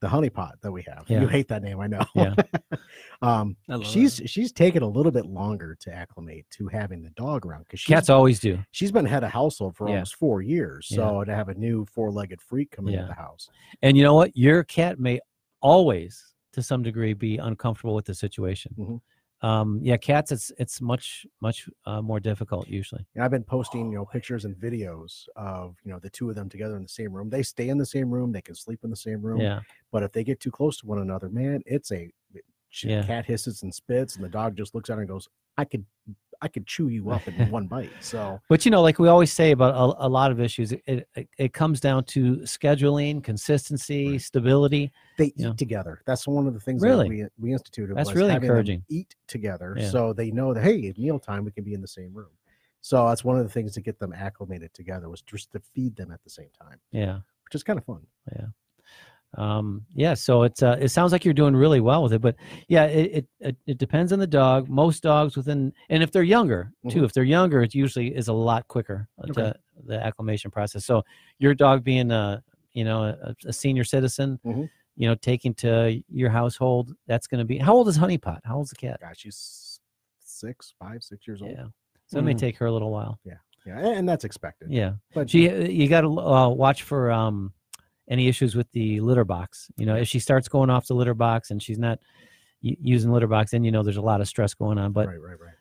Speaker 4: the honeypot that we have
Speaker 3: Yeah.
Speaker 4: you hate that name i know
Speaker 3: Yeah.
Speaker 4: um
Speaker 2: I love that.
Speaker 4: she's she's taken a little bit longer to acclimate to having the dog around because
Speaker 3: cats always do
Speaker 4: she's been head of household for
Speaker 3: Yeah.
Speaker 4: almost four years
Speaker 3: Yeah.
Speaker 4: so to have a new four-legged freak come
Speaker 3: Yeah.
Speaker 4: into the house
Speaker 3: And you know what? Your cat may always, to some degree, be uncomfortable with the situation.
Speaker 4: Mhm.
Speaker 3: um, yeah, cats. It's it's much much uh, more difficult usually.
Speaker 4: And I've been posting, you know, pictures and videos of, you know, the two of them together in the same room. They stay in the same room. They can sleep in the same room.
Speaker 3: Yeah,
Speaker 4: But if they get too close to one another, man, it's a she-
Speaker 3: Yeah.
Speaker 4: cat hisses and spits, and the dog just looks at her and goes, "I could, I could chew you up in one bite." So
Speaker 3: but you know, like we always say about a, a lot of issues, it, it it comes down to scheduling, consistency, stability.
Speaker 4: they eat
Speaker 3: Yeah.
Speaker 4: together. That's one of the things
Speaker 3: Really?
Speaker 4: that we we instituted.
Speaker 3: That's
Speaker 4: was
Speaker 3: really
Speaker 4: having them
Speaker 3: encouraging.
Speaker 4: Eat together,
Speaker 3: Yeah.
Speaker 4: so they know that hey, at mealtime we can be in the same room. So that's one of the things to get them acclimated together was just to feed them at the same time,
Speaker 3: Yeah.
Speaker 4: which is kind of fun.
Speaker 3: um yeah so it's uh it sounds like you're doing really well with it but yeah it it, it, it depends on the dog most dogs within and if they're younger too if they're younger it usually is a lot quicker uh,
Speaker 4: Mm-hmm. Okay.
Speaker 3: to the acclimation process so your dog being a you know a, a senior citizen
Speaker 4: Mhm.
Speaker 3: you know taking to your household that's going to be how old is honeypot how old's the cat
Speaker 4: Gosh, she's six, five, six years old.
Speaker 3: yeah so it may
Speaker 4: Mhm.
Speaker 3: take her a little while
Speaker 4: Yeah, a- and that's expected.
Speaker 3: yeah
Speaker 4: But
Speaker 3: She, you got to uh, watch for um, any issues with the litter box. You know, if she starts going off the litter box and she's not y- using litter box, then you know there's a lot of stress going on. But
Speaker 4: right, right, right.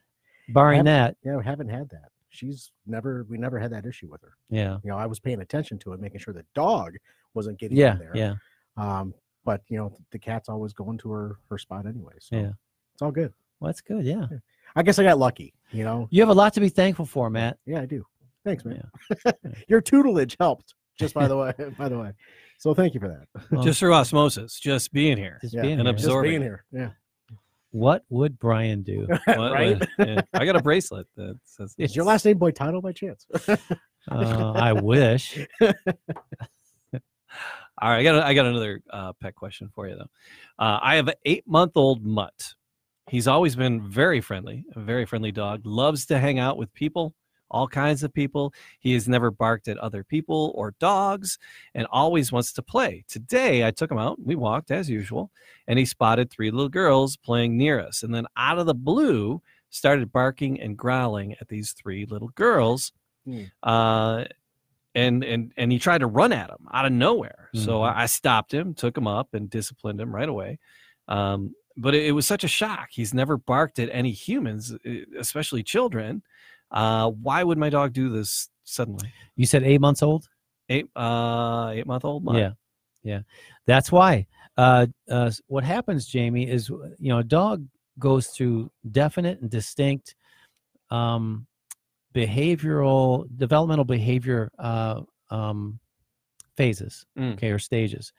Speaker 3: barring
Speaker 4: Ab-
Speaker 3: that,
Speaker 4: Yeah, we haven't had that. She's never. We never had that issue with her.
Speaker 3: yeah,
Speaker 4: You know, I was paying attention to it, making sure the dog wasn't getting
Speaker 3: yeah,
Speaker 4: in there.
Speaker 3: yeah,
Speaker 4: Um, but you know, the cat's always going to her her spot anyway. So
Speaker 3: Yeah.
Speaker 4: it's all good.
Speaker 3: well, that's good. Yeah,
Speaker 4: I guess I got lucky. You know.
Speaker 3: you have a lot to be thankful for, Matt.
Speaker 4: Yeah, I do. Thanks, man. Your tutelage helped. Just by the way, by the way. So thank you for that.
Speaker 3: Well,
Speaker 2: Just through osmosis, just being here.
Speaker 3: just
Speaker 4: yeah,
Speaker 3: being
Speaker 2: and
Speaker 3: here.
Speaker 4: Just
Speaker 2: absorbing.
Speaker 4: being here. Yeah.
Speaker 3: What would Brian do?
Speaker 2: Well,
Speaker 4: right?
Speaker 2: uh, yeah. I got a bracelet that says
Speaker 4: Is your last name Boitano by chance?
Speaker 3: Uh, I wish.
Speaker 2: All right, I got a, I got another uh, pet question for you though. Uh, I have an eight month old mutt. He's always been very friendly, a very friendly dog. Loves to hang out with people, all kinds of people. He has never barked at other people or dogs, and always wants to play. Today, I took him out. We walked as usual, and he spotted three little girls playing near us. And then out of the blue, started barking and growling at these three little girls.
Speaker 4: Hmm.
Speaker 2: Uh, and and and he tried to run at him out of nowhere. So
Speaker 3: Mhm.
Speaker 2: I, I stopped him, took him up, and disciplined him right away. Um, but it, it was such a shock. He's never barked at any humans, e- especially children. Uh, why would my dog do this suddenly?
Speaker 3: You said eight months old.
Speaker 2: Eight uh, eight month old. mutt.
Speaker 3: Yeah, yeah, that's why. Uh, uh, s- what happens, Jamie, is w- you know a dog goes through definite and distinct um, behavioral, developmental behavior uh, um, phases,
Speaker 2: Mm.
Speaker 3: okay, or stages,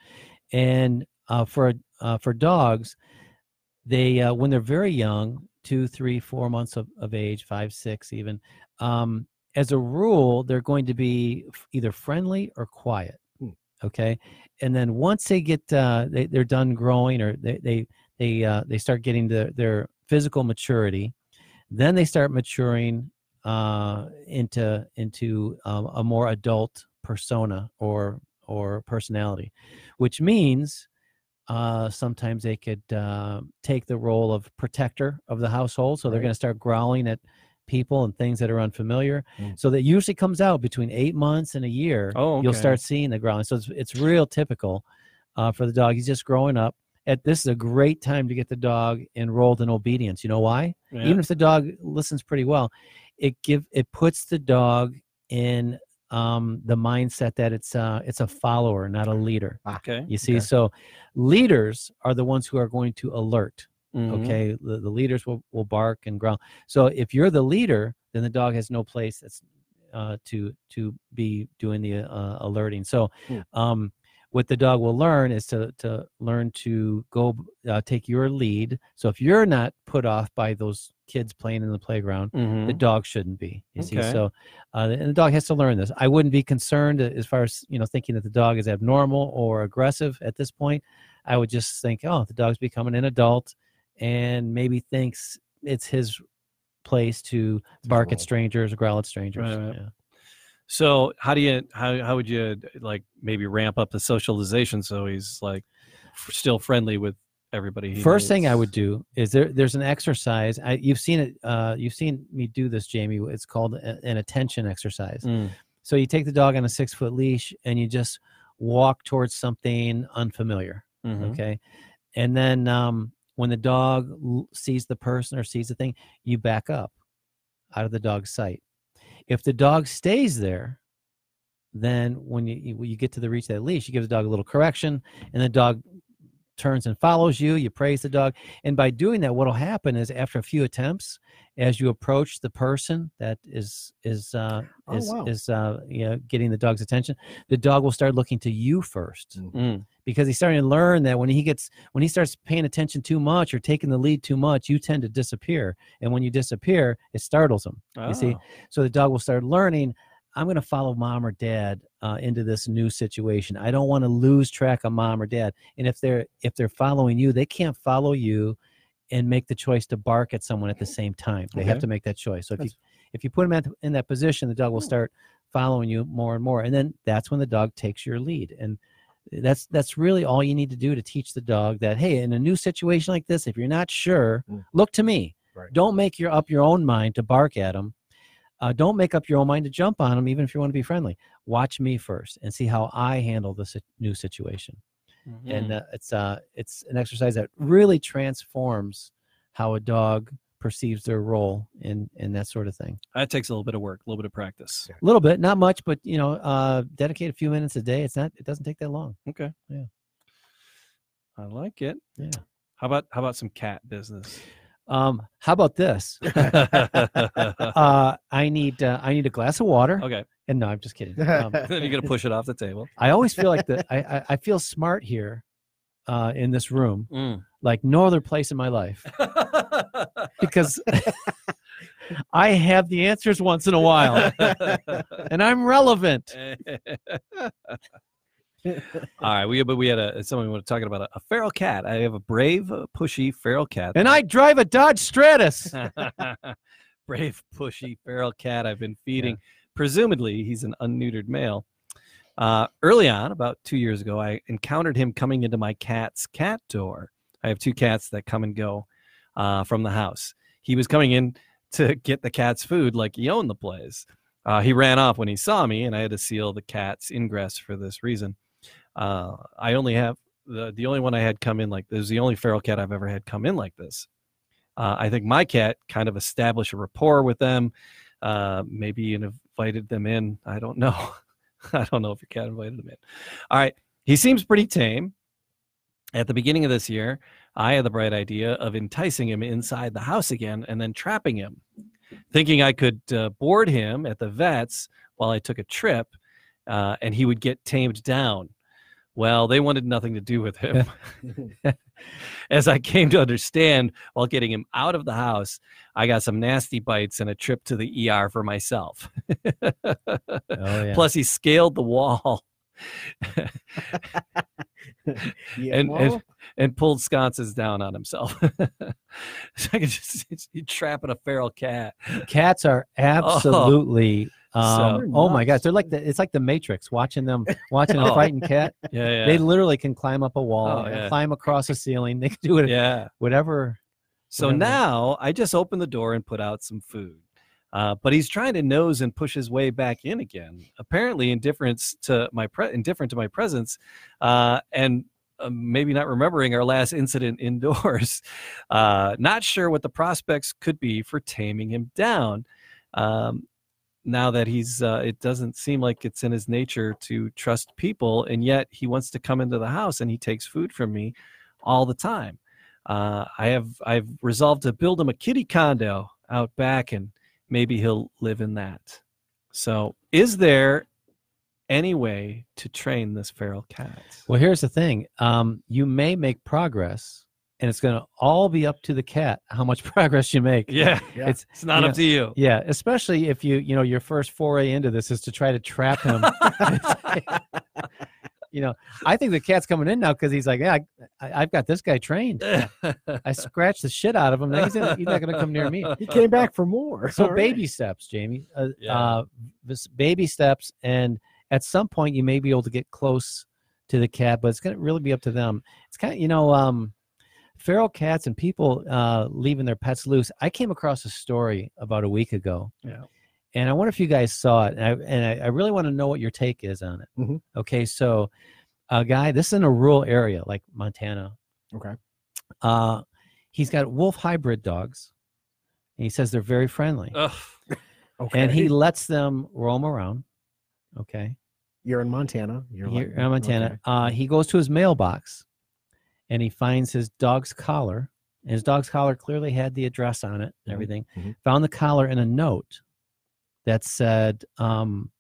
Speaker 3: and uh, for uh, for dogs, they uh, when they're very young, two, three, four months of, of age, five, six, even. Um, as a rule, they're going to be f- either friendly or quiet okay and then once they get uh, they, they're done growing or they they they, uh, they start getting their their physical maturity then they start maturing uh, into into um, a more adult persona or or personality which means uh, sometimes they could uh, take the role of protector of the household so they're
Speaker 4: Right.
Speaker 3: going to start growling at people and things that are unfamiliar
Speaker 4: Mm.
Speaker 3: so that usually comes out between eight months and a year
Speaker 2: Oh,
Speaker 3: you'll
Speaker 2: okay.
Speaker 3: start seeing the growling. So it's, it's real typical uh, for the dog. He's just growing up. At this is a great time to get the dog enrolled in obedience. You know why?
Speaker 2: Yeah.
Speaker 3: Even if the dog listens pretty well, it give it puts the dog in um, the mindset that it's uh, it's a follower, not a leader.
Speaker 4: Ah,
Speaker 2: okay.
Speaker 3: You see,
Speaker 4: Okay.
Speaker 3: so leaders are the ones who are going to alert
Speaker 2: Mhm.
Speaker 3: okay the, the leaders will, will bark and growl so if you're the leader then the dog has no place that's uh, to to be doing the uh, alerting so
Speaker 4: Hmm.
Speaker 3: um, what the dog will learn is to to learn to go b- uh, take your lead so if you're not put off by those kids playing in the playground
Speaker 2: Mhm.
Speaker 3: the dog shouldn't be you see
Speaker 2: Okay.
Speaker 3: so uh, and the dog has to learn this i wouldn't be concerned as far as you know thinking that the dog is abnormal or aggressive at this point i would just think oh the dog's becoming an adult and maybe thinks it's his place to bark at
Speaker 4: role.
Speaker 3: strangers or growl at strangers
Speaker 2: Right, right. So how do you how how would you like maybe ramp up the socialization so he's like f- still friendly with everybody? he
Speaker 3: First thing I
Speaker 2: meets?
Speaker 3: would do is there. There's an exercise. I, you've seen it. Uh, you've seen me do this, Jamie. It's called a- an attention exercise.
Speaker 2: Mm.
Speaker 3: So you take the dog on a six foot leash and you just
Speaker 4: Mm-hmm.
Speaker 3: walk towards something unfamiliar.
Speaker 2: Mhm.
Speaker 3: Okay, and then um, when the dog l- sees the person or sees the thing, you back up out of the dog's sight. If the dog stays there, then when you- you when you get to the reach of that leash, you give the dog a little correction, and the dog turns and follows you. You praise the dog, and by doing that, what'll happen is after a few attempts, as you approach the person that is is uh,
Speaker 4: Oh,
Speaker 3: is
Speaker 4: wow.
Speaker 3: is uh, you know getting the dog's attention, the dog will start looking to you first because he's starting to learn that when he gets when he starts paying attention too much or taking the lead too much, you tend to disappear, and when you disappear, it startles him. You see,
Speaker 2: Oh.
Speaker 3: so the dog will start learning. I'm going to follow mom or dad uh, into this new situation. I don't want to lose track of mom or dad. And if they're if they're following you, they can't follow you and make the choice to bark at someone at the same time. They have
Speaker 2: Okay.
Speaker 3: to make that choice. So if you if you put them at, in that position, the dog will start following you more and more. And then that's when the dog takes your lead. And that's that's really all you need to do to teach the dog that hey, in a new situation like this, if you're not sure,
Speaker 4: Mm.
Speaker 3: look to me.
Speaker 4: Right.
Speaker 3: Don't make your up your own mind to bark at them. Uh, don't make up your own mind to jump on them, even if you want to be friendly. Watch me first and see how I handle this new situation.
Speaker 2: mm-hmm.
Speaker 3: And uh, it's uh, it's an exercise that really transforms how a dog perceives their role and and that sort of thing.
Speaker 2: that takes a little bit of work, a little bit of practice.
Speaker 3: A little bit, not much, but you know, uh, dedicate a few minutes a day. It's not. It doesn't take that long.
Speaker 2: Okay.
Speaker 3: Yeah.
Speaker 2: I like it.
Speaker 3: Yeah.
Speaker 2: How about how about some cat business?
Speaker 3: Um, how about this?
Speaker 2: okay.
Speaker 3: uh, I need uh, I need a glass of water. And no, I'm just kidding. Um,
Speaker 2: You're gonna push it off the table.
Speaker 3: I always feel like the I, I, I feel smart here uh, in this room,
Speaker 2: Mm.
Speaker 3: like no other place in my life, because I have the answers once in a while, and I'm relevant. um,
Speaker 2: All right, we but we had a someone was talking about a, a feral cat. I have a brave, uh, pushy feral cat.
Speaker 3: And I drive a
Speaker 2: Oh,
Speaker 3: Dodge Stratus.
Speaker 2: brave, pushy feral cat I've been feeding. Presumably, he's an unneutered male. Uh, early on, about two years ago, I encountered him coming into my cat's cat door. I have two cats that come and go uh, from the house. He was coming in to get the cat's food like he owned the place. Uh, he ran off when he saw me, and I had to seal the cat's ingress for this reason. Uh, I only have the, the only one I had come in like this is the only feral cat I've ever had come in like this. Uh, I think my cat kind of established a rapport with them, uh, maybe and invited them in. I don't know. I don't know if your cat invited them in. All right. He seems pretty tame. At the beginning of this year, I had the bright idea of enticing him inside the house again and then trapping him, thinking I could uh, board him at the vet's while I took a trip uh, and he would get tamed down. Well, they wanted nothing to do with him. As I came to understand, while getting him out of the house, I got some nasty bites and a trip to the ER for myself.
Speaker 3: Oh, yeah.
Speaker 2: Plus, he scaled the wall
Speaker 4: Yeah,
Speaker 2: and,
Speaker 4: well,
Speaker 2: and and pulled sconces down on himself. so I could just you trapping a feral cat.
Speaker 3: Cats are absolutely. um,
Speaker 4: They're
Speaker 3: oh my gosh,
Speaker 4: nuts.
Speaker 3: they're like the it's like the Matrix. Watching them, watching a
Speaker 2: Oh.
Speaker 3: frightened cat,
Speaker 2: Yeah,
Speaker 3: they
Speaker 2: yeah,
Speaker 3: literally can climb up a wall,
Speaker 2: Oh,
Speaker 3: and
Speaker 2: yeah.
Speaker 3: climb across a ceiling. They can do it,
Speaker 2: yeah.
Speaker 3: whatever.
Speaker 2: So
Speaker 3: Whatever.
Speaker 2: now I just open the door and put out some food. Uh, but he's trying to nose and push his way back in again. Apparently, indifference to my pre- indifferent to my presence, uh, and uh, maybe not remembering our last incident indoors. Uh, not sure what the prospects could be for taming him down. Um, now that he's, uh, it doesn't seem like it's in his nature to trust people, and yet he wants to come into the house and he takes food from me all the time uh, I have I've resolved to build him a kitty condo out back, and maybe he'll live in that. So, is there any way to train this feral cat?
Speaker 3: Well, here's the thing. Um, you may make progress, and it's going to all be up to the cat how much progress you make.
Speaker 2: yeah,
Speaker 4: yeah.
Speaker 3: It's
Speaker 2: it's not
Speaker 3: yeah.
Speaker 2: up to you.
Speaker 3: yeah, especially if you you know your first foray into this is to try to trap him. you know, I think the cat's coming in now because he's like, yeah, I, I, I've got this guy trained. I scratched the shit out of him. Now he's, gonna, he's not going to come near me.
Speaker 4: he came back for more.
Speaker 3: uh, So
Speaker 4: All right.
Speaker 3: baby steps, Jamie. Uh,
Speaker 2: Yeah.
Speaker 3: uh, this baby steps, and at some point you may be able to get close to the cat, but it's going to really be up to them. It's kind of you know, um, feral cats and people uh, leaving their pets loose. I came across a story about a week ago.
Speaker 2: Yeah.
Speaker 3: And I wonder if you guys saw it, and I, and I, I really want to know what your take is on it.
Speaker 4: Mhm.
Speaker 3: Okay, so a guy, this is in a rural area like Montana.
Speaker 4: Okay.
Speaker 3: Uh, He's got wolf hybrid dogs, and he says they're very friendly.
Speaker 2: Ugh.
Speaker 4: Okay.
Speaker 3: And he lets them roam around. Okay.
Speaker 4: you're in Montana. You're
Speaker 3: Here
Speaker 4: like-
Speaker 3: in Montana.
Speaker 4: okay.
Speaker 3: Uh, he goes to his mailbox and he finds his dog's collar. And his dog's collar clearly had the address on it and
Speaker 4: Mhm,
Speaker 3: everything.
Speaker 4: mhm.
Speaker 3: Found the collar in a note that said, um,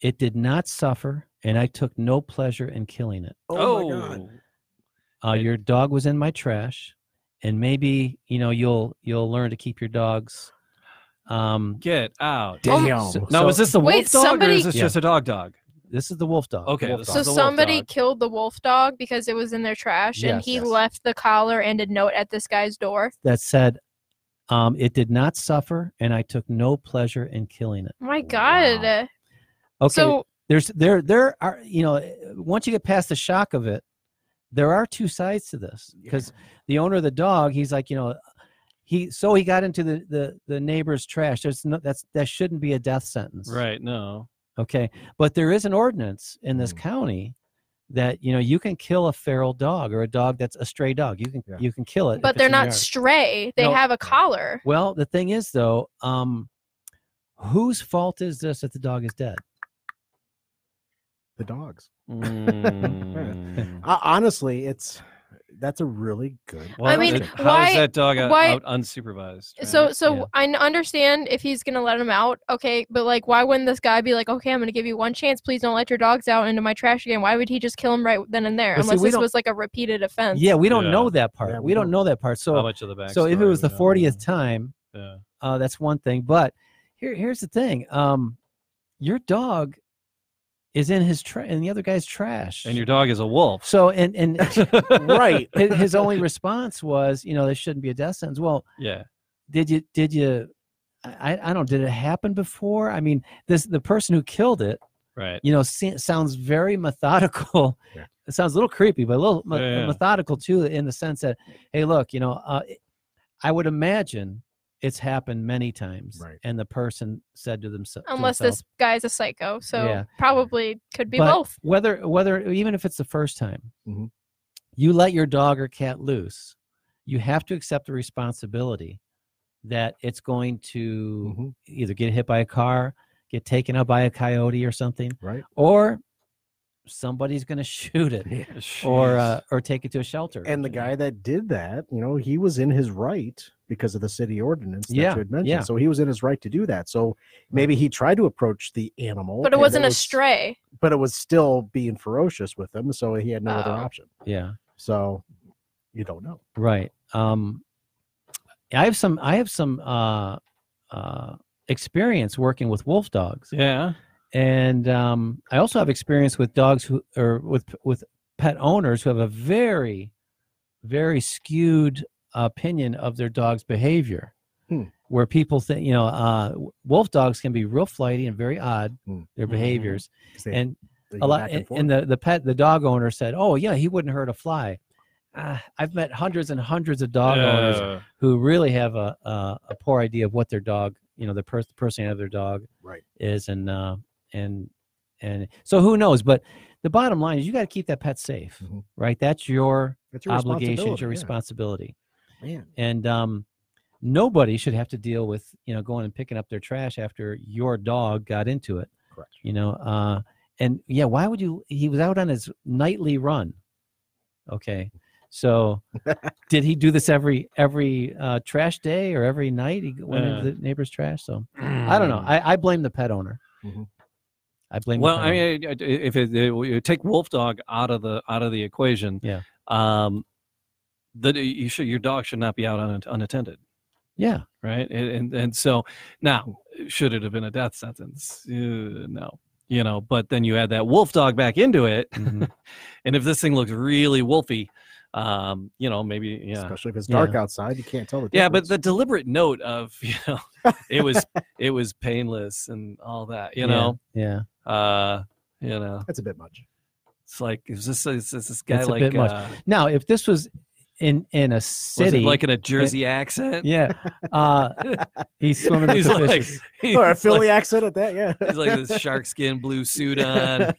Speaker 3: It did not suffer, and I took no pleasure in killing it.
Speaker 2: Oh,
Speaker 4: my God.
Speaker 3: Uh, your dog was in my trash, and maybe you know you'll you'll learn to keep your dogs. Um,
Speaker 2: get out.
Speaker 4: Damn.
Speaker 3: Oh, so-
Speaker 2: Now,
Speaker 3: so
Speaker 2: is this the wolf
Speaker 5: Wait,
Speaker 2: dog or
Speaker 5: somebody-
Speaker 2: is this
Speaker 3: Yeah.
Speaker 2: just a dog dog?
Speaker 3: this is the wolf dog.
Speaker 2: Okay,
Speaker 3: wolf
Speaker 2: so
Speaker 5: So
Speaker 2: the wolf
Speaker 5: somebody
Speaker 2: dog.
Speaker 5: killed the wolf dog because it was in their trash, and
Speaker 3: Yes,
Speaker 5: he
Speaker 3: yes.
Speaker 5: left the collar and a note at this guy's door.
Speaker 3: that said, um, it did not suffer, and I took no pleasure in killing it.
Speaker 5: Oh my God!
Speaker 3: Wow. Okay,
Speaker 5: So
Speaker 3: there's there there are you know once you get past the shock of it, there are two sides to this because the owner of the dog, he's like you know, he so he got into the the the neighbor's trash. There's no that's that shouldn't be a death sentence,
Speaker 2: Right, no.
Speaker 3: Okay, but there is an ordinance in this
Speaker 4: Mm.
Speaker 3: county that you know you can kill a feral dog or a dog that's a stray dog. You can
Speaker 4: Yeah.
Speaker 3: you can kill it, if
Speaker 5: but
Speaker 3: it's
Speaker 5: they're
Speaker 3: in your
Speaker 5: not
Speaker 3: yard.
Speaker 5: stray. They
Speaker 3: No.
Speaker 5: have a collar.
Speaker 3: Well, the thing is, though, um, whose fault is this that the dog is dead?
Speaker 4: the dogs.
Speaker 2: Mm.
Speaker 4: Uh, honestly, it's that's a really good.
Speaker 5: I mean,
Speaker 2: it- how
Speaker 4: question.
Speaker 5: why-
Speaker 2: is that dog out,
Speaker 5: why-
Speaker 2: out unsupervised? right?
Speaker 5: So, so
Speaker 3: Yeah.
Speaker 5: I n- understand if he's gonna let him out, okay. But like, why wouldn't this guy be like, okay, I'm gonna give you one chance. Please don't let your dogs out into my trash again. Why would he just kill him right then and there?
Speaker 3: But see,
Speaker 5: unless
Speaker 3: we
Speaker 5: this
Speaker 3: don't-
Speaker 5: was like a repeated offense.
Speaker 3: Yeah, we don't
Speaker 2: Yeah.
Speaker 3: know that part.
Speaker 4: Yeah,
Speaker 3: we
Speaker 4: we
Speaker 3: don't
Speaker 4: don't.
Speaker 3: know that part.
Speaker 2: how
Speaker 3: So,
Speaker 2: much of the backstory?
Speaker 3: so if it was
Speaker 2: we
Speaker 3: the
Speaker 2: don't know.
Speaker 3: fortieth time,
Speaker 2: Yeah.
Speaker 3: uh, that's one thing. But here, here's the thing: um, your dog is in his tra- in the other guy's trash,
Speaker 2: And your dog is a wolf.
Speaker 3: so and and
Speaker 4: right.
Speaker 3: hi- his only response was, you know, this shouldn't be a death sentence. Well,
Speaker 2: Yeah.
Speaker 3: did you did you? I, I- I don't. Did it happen before? I mean, this the person who killed it
Speaker 2: Right.
Speaker 3: you know, se- sounds very methodical.
Speaker 4: Yeah.
Speaker 3: It sounds a little creepy, but a little me-
Speaker 2: Yeah, yeah.
Speaker 3: methodical too, in the sense that, hey, look, you know, uh, it- I would imagine it's happened many times,
Speaker 4: Right.
Speaker 3: and the person said to themselves,
Speaker 5: Unless this guy's a psycho, so
Speaker 3: Yeah.
Speaker 5: probably could be
Speaker 3: But
Speaker 5: both.
Speaker 3: whether whether even if it's the first time,
Speaker 4: Mhm.
Speaker 3: you let your dog or cat loose, you have to accept the responsibility that it's going to
Speaker 4: Mhm,
Speaker 3: either get hit by a car, get taken out by a coyote or something,
Speaker 4: Right.
Speaker 3: or somebody's going to shoot it or uh, or take it to a shelter.
Speaker 4: And the
Speaker 3: you know.
Speaker 4: guy that did that, you know, he was in his right because of the city ordinance that
Speaker 3: Yeah,
Speaker 4: you had mentioned.
Speaker 3: yeah.
Speaker 4: So he was in his right to do that. So maybe he tried to approach the animal,
Speaker 5: But it
Speaker 4: and
Speaker 5: wasn't a
Speaker 4: was-
Speaker 5: stray.
Speaker 4: But it was still being ferocious with him, so he had no other
Speaker 5: Oh.
Speaker 4: option.
Speaker 3: yeah,
Speaker 4: So you don't know.
Speaker 3: right. Um, I have some I have some uh, uh, experience working with wolf dogs,
Speaker 2: yeah.
Speaker 3: and um, I also have experience with dogs who or with with pet owners who have a very very skewed opinion of their dog's behavior.
Speaker 4: Hmm.
Speaker 3: Where people think, you know, uh, w- wolf dogs can be real flighty and very odd
Speaker 4: Hmm.
Speaker 3: their
Speaker 2: Mhm.
Speaker 3: behaviors,
Speaker 4: 'cause they-
Speaker 3: and
Speaker 4: they
Speaker 3: a
Speaker 4: go
Speaker 3: lot
Speaker 4: back
Speaker 3: and,
Speaker 4: and
Speaker 3: and the, the pet the dog owner said oh yeah he wouldn't hurt a fly Ah, i've met hundreds and hundreds of dog owners
Speaker 2: Yeah.
Speaker 3: who really have a, a, a poor idea of what their dog you know the, pers- the personality of their dog
Speaker 4: Right.
Speaker 3: is and uh, and and so who knows but the bottom line is you got to keep that pet safe
Speaker 4: Mhm.
Speaker 3: right that's your,
Speaker 4: That's
Speaker 3: obligation it's your
Speaker 4: responsibility,
Speaker 3: responsibility
Speaker 4: yeah. Man.
Speaker 3: and um nobody should have to deal with you know going and picking up their trash after your dog got into it
Speaker 4: Correct.
Speaker 3: you know uh and yeah why would you he was out on his nightly run okay so did he do this every every uh trash day or every night he went
Speaker 2: Uh.
Speaker 3: into the neighbor's trash so i don't know i i blame the pet owner
Speaker 4: Mhm.
Speaker 3: i blame
Speaker 2: Mm-hmm.
Speaker 3: the
Speaker 2: Well,
Speaker 3: pet
Speaker 2: I
Speaker 3: owner.
Speaker 2: mean, I- I- if it, it, you take wolf dog out of the out of the equation,
Speaker 3: Yeah.
Speaker 2: Um, that you should your dog should not be out un, unattended,
Speaker 3: yeah
Speaker 2: right? And, and and so now, should it have been a death sentence? Uh, no, you know. But then you add that wolf dog back into it,
Speaker 3: Mhm.
Speaker 2: and if this thing looks really wolfy, um, you know, maybe yeah,
Speaker 4: Especially if it's
Speaker 3: Yeah.
Speaker 4: dark outside, you can't tell the
Speaker 2: yeah. But
Speaker 4: difference.
Speaker 2: the deliberate note of you know, it was it was painless and all that, you
Speaker 3: Yeah,
Speaker 2: know,
Speaker 3: yeah
Speaker 2: uh, you know.
Speaker 4: that's a bit much.
Speaker 2: It's like is this is, is this guy
Speaker 3: It's a
Speaker 2: like
Speaker 3: bit much.
Speaker 2: uh,
Speaker 3: now if this was in in a
Speaker 2: Was
Speaker 3: city
Speaker 2: it like in a Jersey accent?
Speaker 3: yeah uh he's swimming with
Speaker 2: he's
Speaker 3: the
Speaker 2: like,
Speaker 3: fishes.
Speaker 2: he's
Speaker 4: or a Philly
Speaker 2: like,
Speaker 4: accent at that, yeah.
Speaker 2: he's like this shark skin blue suit on.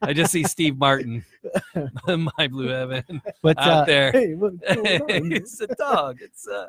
Speaker 2: I just see Steve Martin, my blue heaven,
Speaker 3: but
Speaker 2: out
Speaker 3: uh,
Speaker 2: there.
Speaker 4: Hey, what's going on?
Speaker 2: it's a dog. It's a,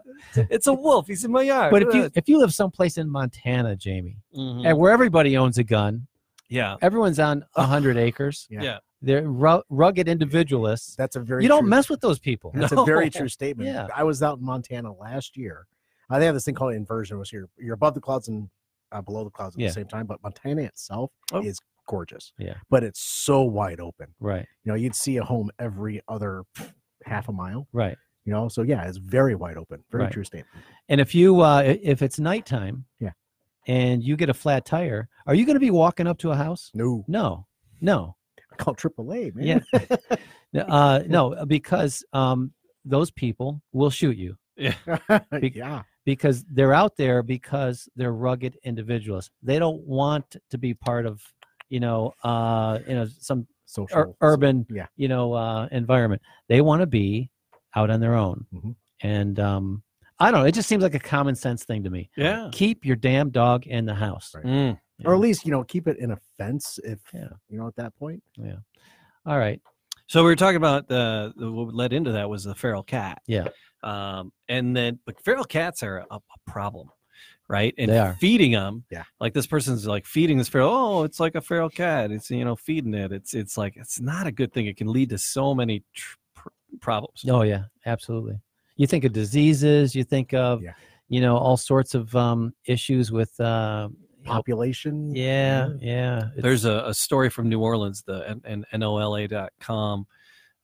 Speaker 2: it's a wolf. He's in my yard.
Speaker 3: but if you if you live someplace in montana jamie
Speaker 2: Mhm.
Speaker 3: and where everybody owns a gun
Speaker 2: yeah,
Speaker 3: everyone's on a 100 acres
Speaker 4: Yeah.
Speaker 2: Yeah.
Speaker 3: they're ru- rugged individualists
Speaker 4: That's a very
Speaker 3: you don't
Speaker 4: true-
Speaker 3: mess with those people
Speaker 4: That's
Speaker 2: No.
Speaker 4: a very true statement.
Speaker 3: Yeah.
Speaker 4: I was out in Montana last year. Uh, they have this thing called inversion, which you're you're above the clouds and uh, below the clouds at
Speaker 3: Yeah.
Speaker 4: the same time. But Montana itself
Speaker 2: Oh.
Speaker 4: is gorgeous.
Speaker 3: Yeah.
Speaker 4: but it's so wide open.
Speaker 3: right
Speaker 4: You know, you'd see a home every other pff, half a mile.
Speaker 3: right
Speaker 4: You know, so yeah, it's very wide open. Very
Speaker 3: Right.
Speaker 4: true statement.
Speaker 3: And if you uh, i- if it's nighttime,
Speaker 4: Yeah.
Speaker 3: and you get a flat tire, are you going to be walking up to a house?
Speaker 4: No,
Speaker 3: No, no,
Speaker 4: I call AAA, man.
Speaker 3: yeah, N- uh, no, because um, those people will shoot you Be-
Speaker 4: yeah,
Speaker 3: because they're out there because they're rugged individualists. They don't want to be part of you know uh, you know some
Speaker 4: social,
Speaker 3: ur- urban
Speaker 4: yeah.
Speaker 3: you know uh, environment. They want to be out on their own,
Speaker 4: Mhm.
Speaker 3: and um, I don't know. It just seems like a common sense thing to me.
Speaker 2: yeah.
Speaker 3: Keep your damn dog in the house.
Speaker 4: Right.
Speaker 2: Mm.
Speaker 4: or at least you know keep it in a fence if
Speaker 3: Yeah.
Speaker 4: you know at that point.
Speaker 3: All right.
Speaker 2: So we were talking about uh, the- what led into that was the feral cat.
Speaker 3: Yeah.
Speaker 2: Um, and then, but feral cats are a, a problem, right? And
Speaker 3: They are.
Speaker 2: feeding them.
Speaker 4: Yeah.
Speaker 2: Like this person's like feeding this feral. Oh, it's like a feral cat. It's you know feeding it. It's it's like it's not a good thing. It can lead to so many tr- pr- problems.
Speaker 3: Oh yeah, absolutely. You think of diseases. You think of
Speaker 4: Yeah.
Speaker 3: you know all sorts of um, issues with. Uh, you know,
Speaker 4: Population.
Speaker 3: yeah,
Speaker 4: Mm-hmm.
Speaker 3: yeah. it's-
Speaker 2: There's a, a story from New Orleans, the N- N- NOLA.com,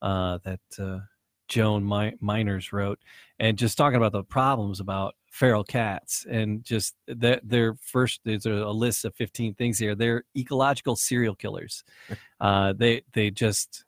Speaker 2: uh, that uh, Joan Mi- Miners wrote, and just talking about the problems about feral cats and just that their first there's a list of 15 things here they're ecological serial killers uh they they just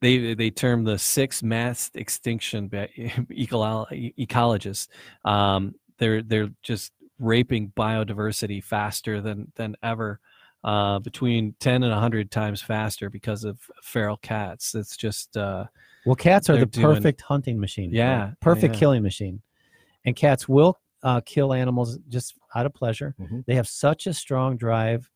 Speaker 2: they they term the sixth mass extinction ba- ecolo- ecologists um they're they're just raping biodiversity faster than than ever uh, between 10 and 100 times faster because of feral cats it's just uh,
Speaker 3: well, cats are
Speaker 2: they're
Speaker 3: the
Speaker 2: doing-
Speaker 3: perfect hunting machine. right?
Speaker 2: Yeah,
Speaker 3: perfect
Speaker 2: yeah.
Speaker 3: killing machine, and cats will uh, kill animals just out of pleasure.
Speaker 2: Mm-hmm.
Speaker 4: Mhm.
Speaker 3: They have such a strong drive,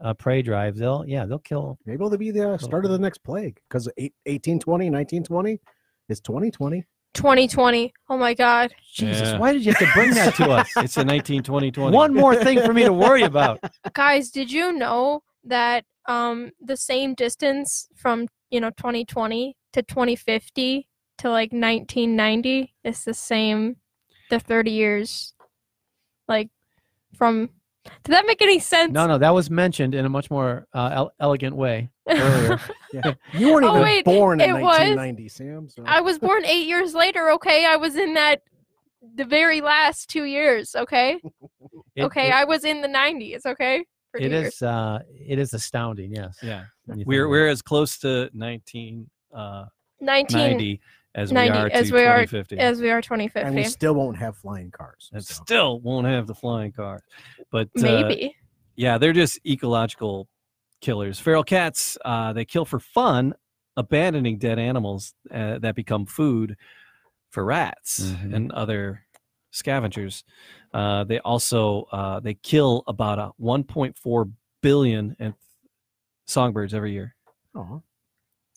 Speaker 3: uh, prey drive. They'll yeah, they'll kill.
Speaker 4: Maybe it'll be the uh, start of the next plague because 1820, 1920 is 2020.
Speaker 5: 2020. Oh my God.
Speaker 3: Jesus,
Speaker 2: Yeah.
Speaker 3: why did you have to bring that to us?
Speaker 2: it's a 1920
Speaker 3: One more thing for me to worry about.
Speaker 5: Guys, did you know that um the same distance from you know 2020 to 2050 to like 1990 is the same the 30 years like from did that make any sense?
Speaker 3: No, no, that was mentioned in a much more uh, el- elegant way. earlier.
Speaker 4: Yeah. You weren't
Speaker 5: Oh,
Speaker 4: even
Speaker 5: wait,
Speaker 4: born in
Speaker 5: it was?
Speaker 4: 1990, Sam. So.
Speaker 5: I was born 8 years later, okay? I was in that the very last 2 years, okay?
Speaker 3: It-
Speaker 5: okay,
Speaker 3: it-
Speaker 5: I was in the 90s, okay? For
Speaker 3: it
Speaker 5: two years.
Speaker 3: is uh it is astounding yes
Speaker 2: yeah
Speaker 3: when you think
Speaker 2: we're
Speaker 3: of it.
Speaker 2: we're as close to 1990
Speaker 5: 19
Speaker 2: as we
Speaker 5: 90,
Speaker 2: are
Speaker 5: as
Speaker 2: to
Speaker 5: we are-
Speaker 2: 2050
Speaker 5: as we are
Speaker 4: and we
Speaker 5: 2050.
Speaker 4: still won't have flying cars.
Speaker 2: and
Speaker 4: so.
Speaker 2: still won't have the flying car but uh,
Speaker 5: Maybe.
Speaker 2: yeah they're just ecological killers feral cats uh, they kill for fun abandoning dead animals uh, that become food for rats
Speaker 3: Mhm.
Speaker 2: and other scavengers uh, they also uh, they kill about a 1.4 billion and songbirds every year
Speaker 4: Aw.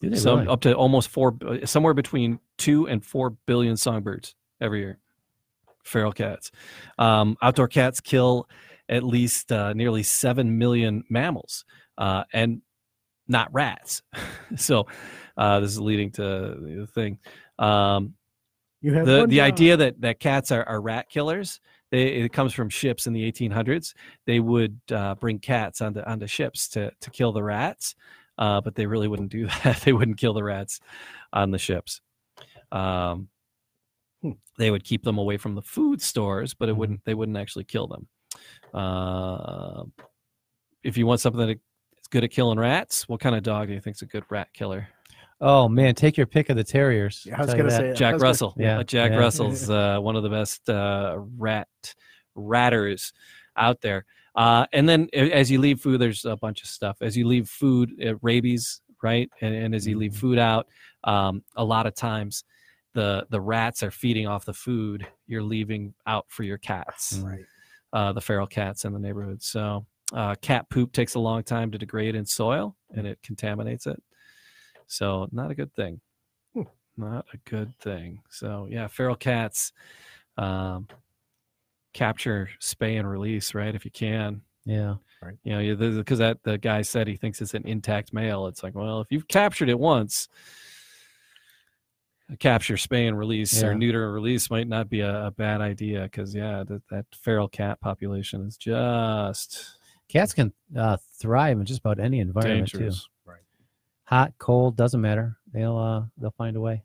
Speaker 3: Do they
Speaker 2: so
Speaker 3: really?
Speaker 2: up to almost four uh, somewhere between two and four billion songbirds every year feral cats um, outdoor cats kill at least uh, nearly seven million mammals uh, and not rats so uh, this is leading to the thing um,
Speaker 4: You have
Speaker 2: the
Speaker 4: one
Speaker 2: the
Speaker 4: job.
Speaker 2: idea that that cats are, are rat killers they, it comes from ships in the 1800s they would uh, bring cats onto onto ships to to kill the rats uh, but they really wouldn't do that they wouldn't kill the rats on the ships um,
Speaker 4: Hmm.
Speaker 2: they would keep them away from the food stores but it
Speaker 4: Mm-hmm.
Speaker 3: Mhm.
Speaker 2: wouldn't they wouldn't actually kill them uh, if you want something that's good at killing rats what kind of dog do you think's a good rat killer
Speaker 3: oh man take your pick of the terriers
Speaker 4: Yeah, I was
Speaker 3: tell you
Speaker 4: gonna
Speaker 3: that.
Speaker 4: say- Yeah,
Speaker 2: Jack
Speaker 4: that's good.
Speaker 2: Russell.
Speaker 3: Yeah,
Speaker 2: Uh, Jack
Speaker 3: yeah.
Speaker 2: Russell's uh, one of the best uh, rat ratters out there. Uh, and then a- as you leave food, there's a bunch of stuff. As you leave
Speaker 4: Mm-hmm.
Speaker 2: food, uh, rabies, right? And, and as you leave food out, um, a lot of times the the rats are feeding off the food you're leaving out for your cats
Speaker 4: Right.
Speaker 2: uh, the feral cats in the neighborhood. So uh, cat poop takes a long time to degrade in soil and it contaminates it. So not a good thing.
Speaker 4: Hmm.
Speaker 2: Not a good thing. So yeah, feral cats um, capture, spay, and release, right? If you can.
Speaker 3: Yeah.
Speaker 2: You know, because that the guy said he thinks it's an intact male. It's like, well, if you've captured it once, capture, spay, and release or
Speaker 3: Yeah.
Speaker 2: neuter and release might not be a, a bad idea. Because yeah, that, that feral cat population is just
Speaker 3: Cats can uh, thrive in just about any environment too.
Speaker 2: dangerous.
Speaker 3: Hot, cold, doesn't matter. They'll uh, they'll find a way.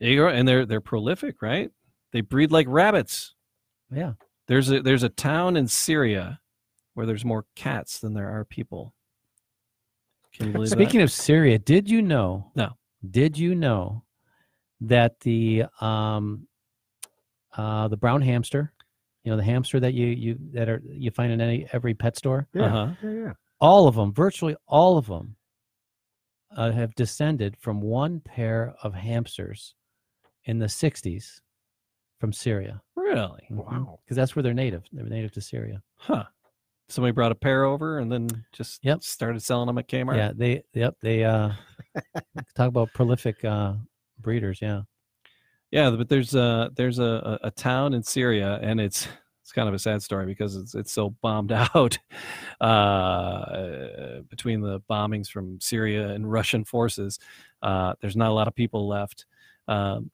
Speaker 2: You're right, And they're they're prolific, right? They breed like rabbits.
Speaker 3: Yeah.
Speaker 2: There's a there's a town in Syria where there's more cats than there are people. Can you believe that?
Speaker 3: Speaking of Syria, did you know?
Speaker 2: No.
Speaker 3: Did you know that the um uh the brown hamster, you know, the hamster that you you that are you find in any every pet store,
Speaker 4: Yeah.
Speaker 2: Uh-huh.
Speaker 4: Yeah. Yeah.
Speaker 3: all of them, virtually all of them, uh, have descended from one pair of hamsters in the '60s from Syria.
Speaker 2: Really?
Speaker 4: Wow.
Speaker 3: Because that's where they're native. They're native to Syria.
Speaker 2: Huh. Somebody brought a pair over and then just
Speaker 3: Yep.
Speaker 2: started selling them at Kmart.
Speaker 3: Yeah, they yep, they uh talk about prolific uh breeders, yeah.
Speaker 2: Yeah, but there's a there's a, a a town in Syria, and it's it's kind of a sad story because it's it's so bombed out uh, between the bombings from Syria and Russian forces. Uh, there's not a lot of people left, um,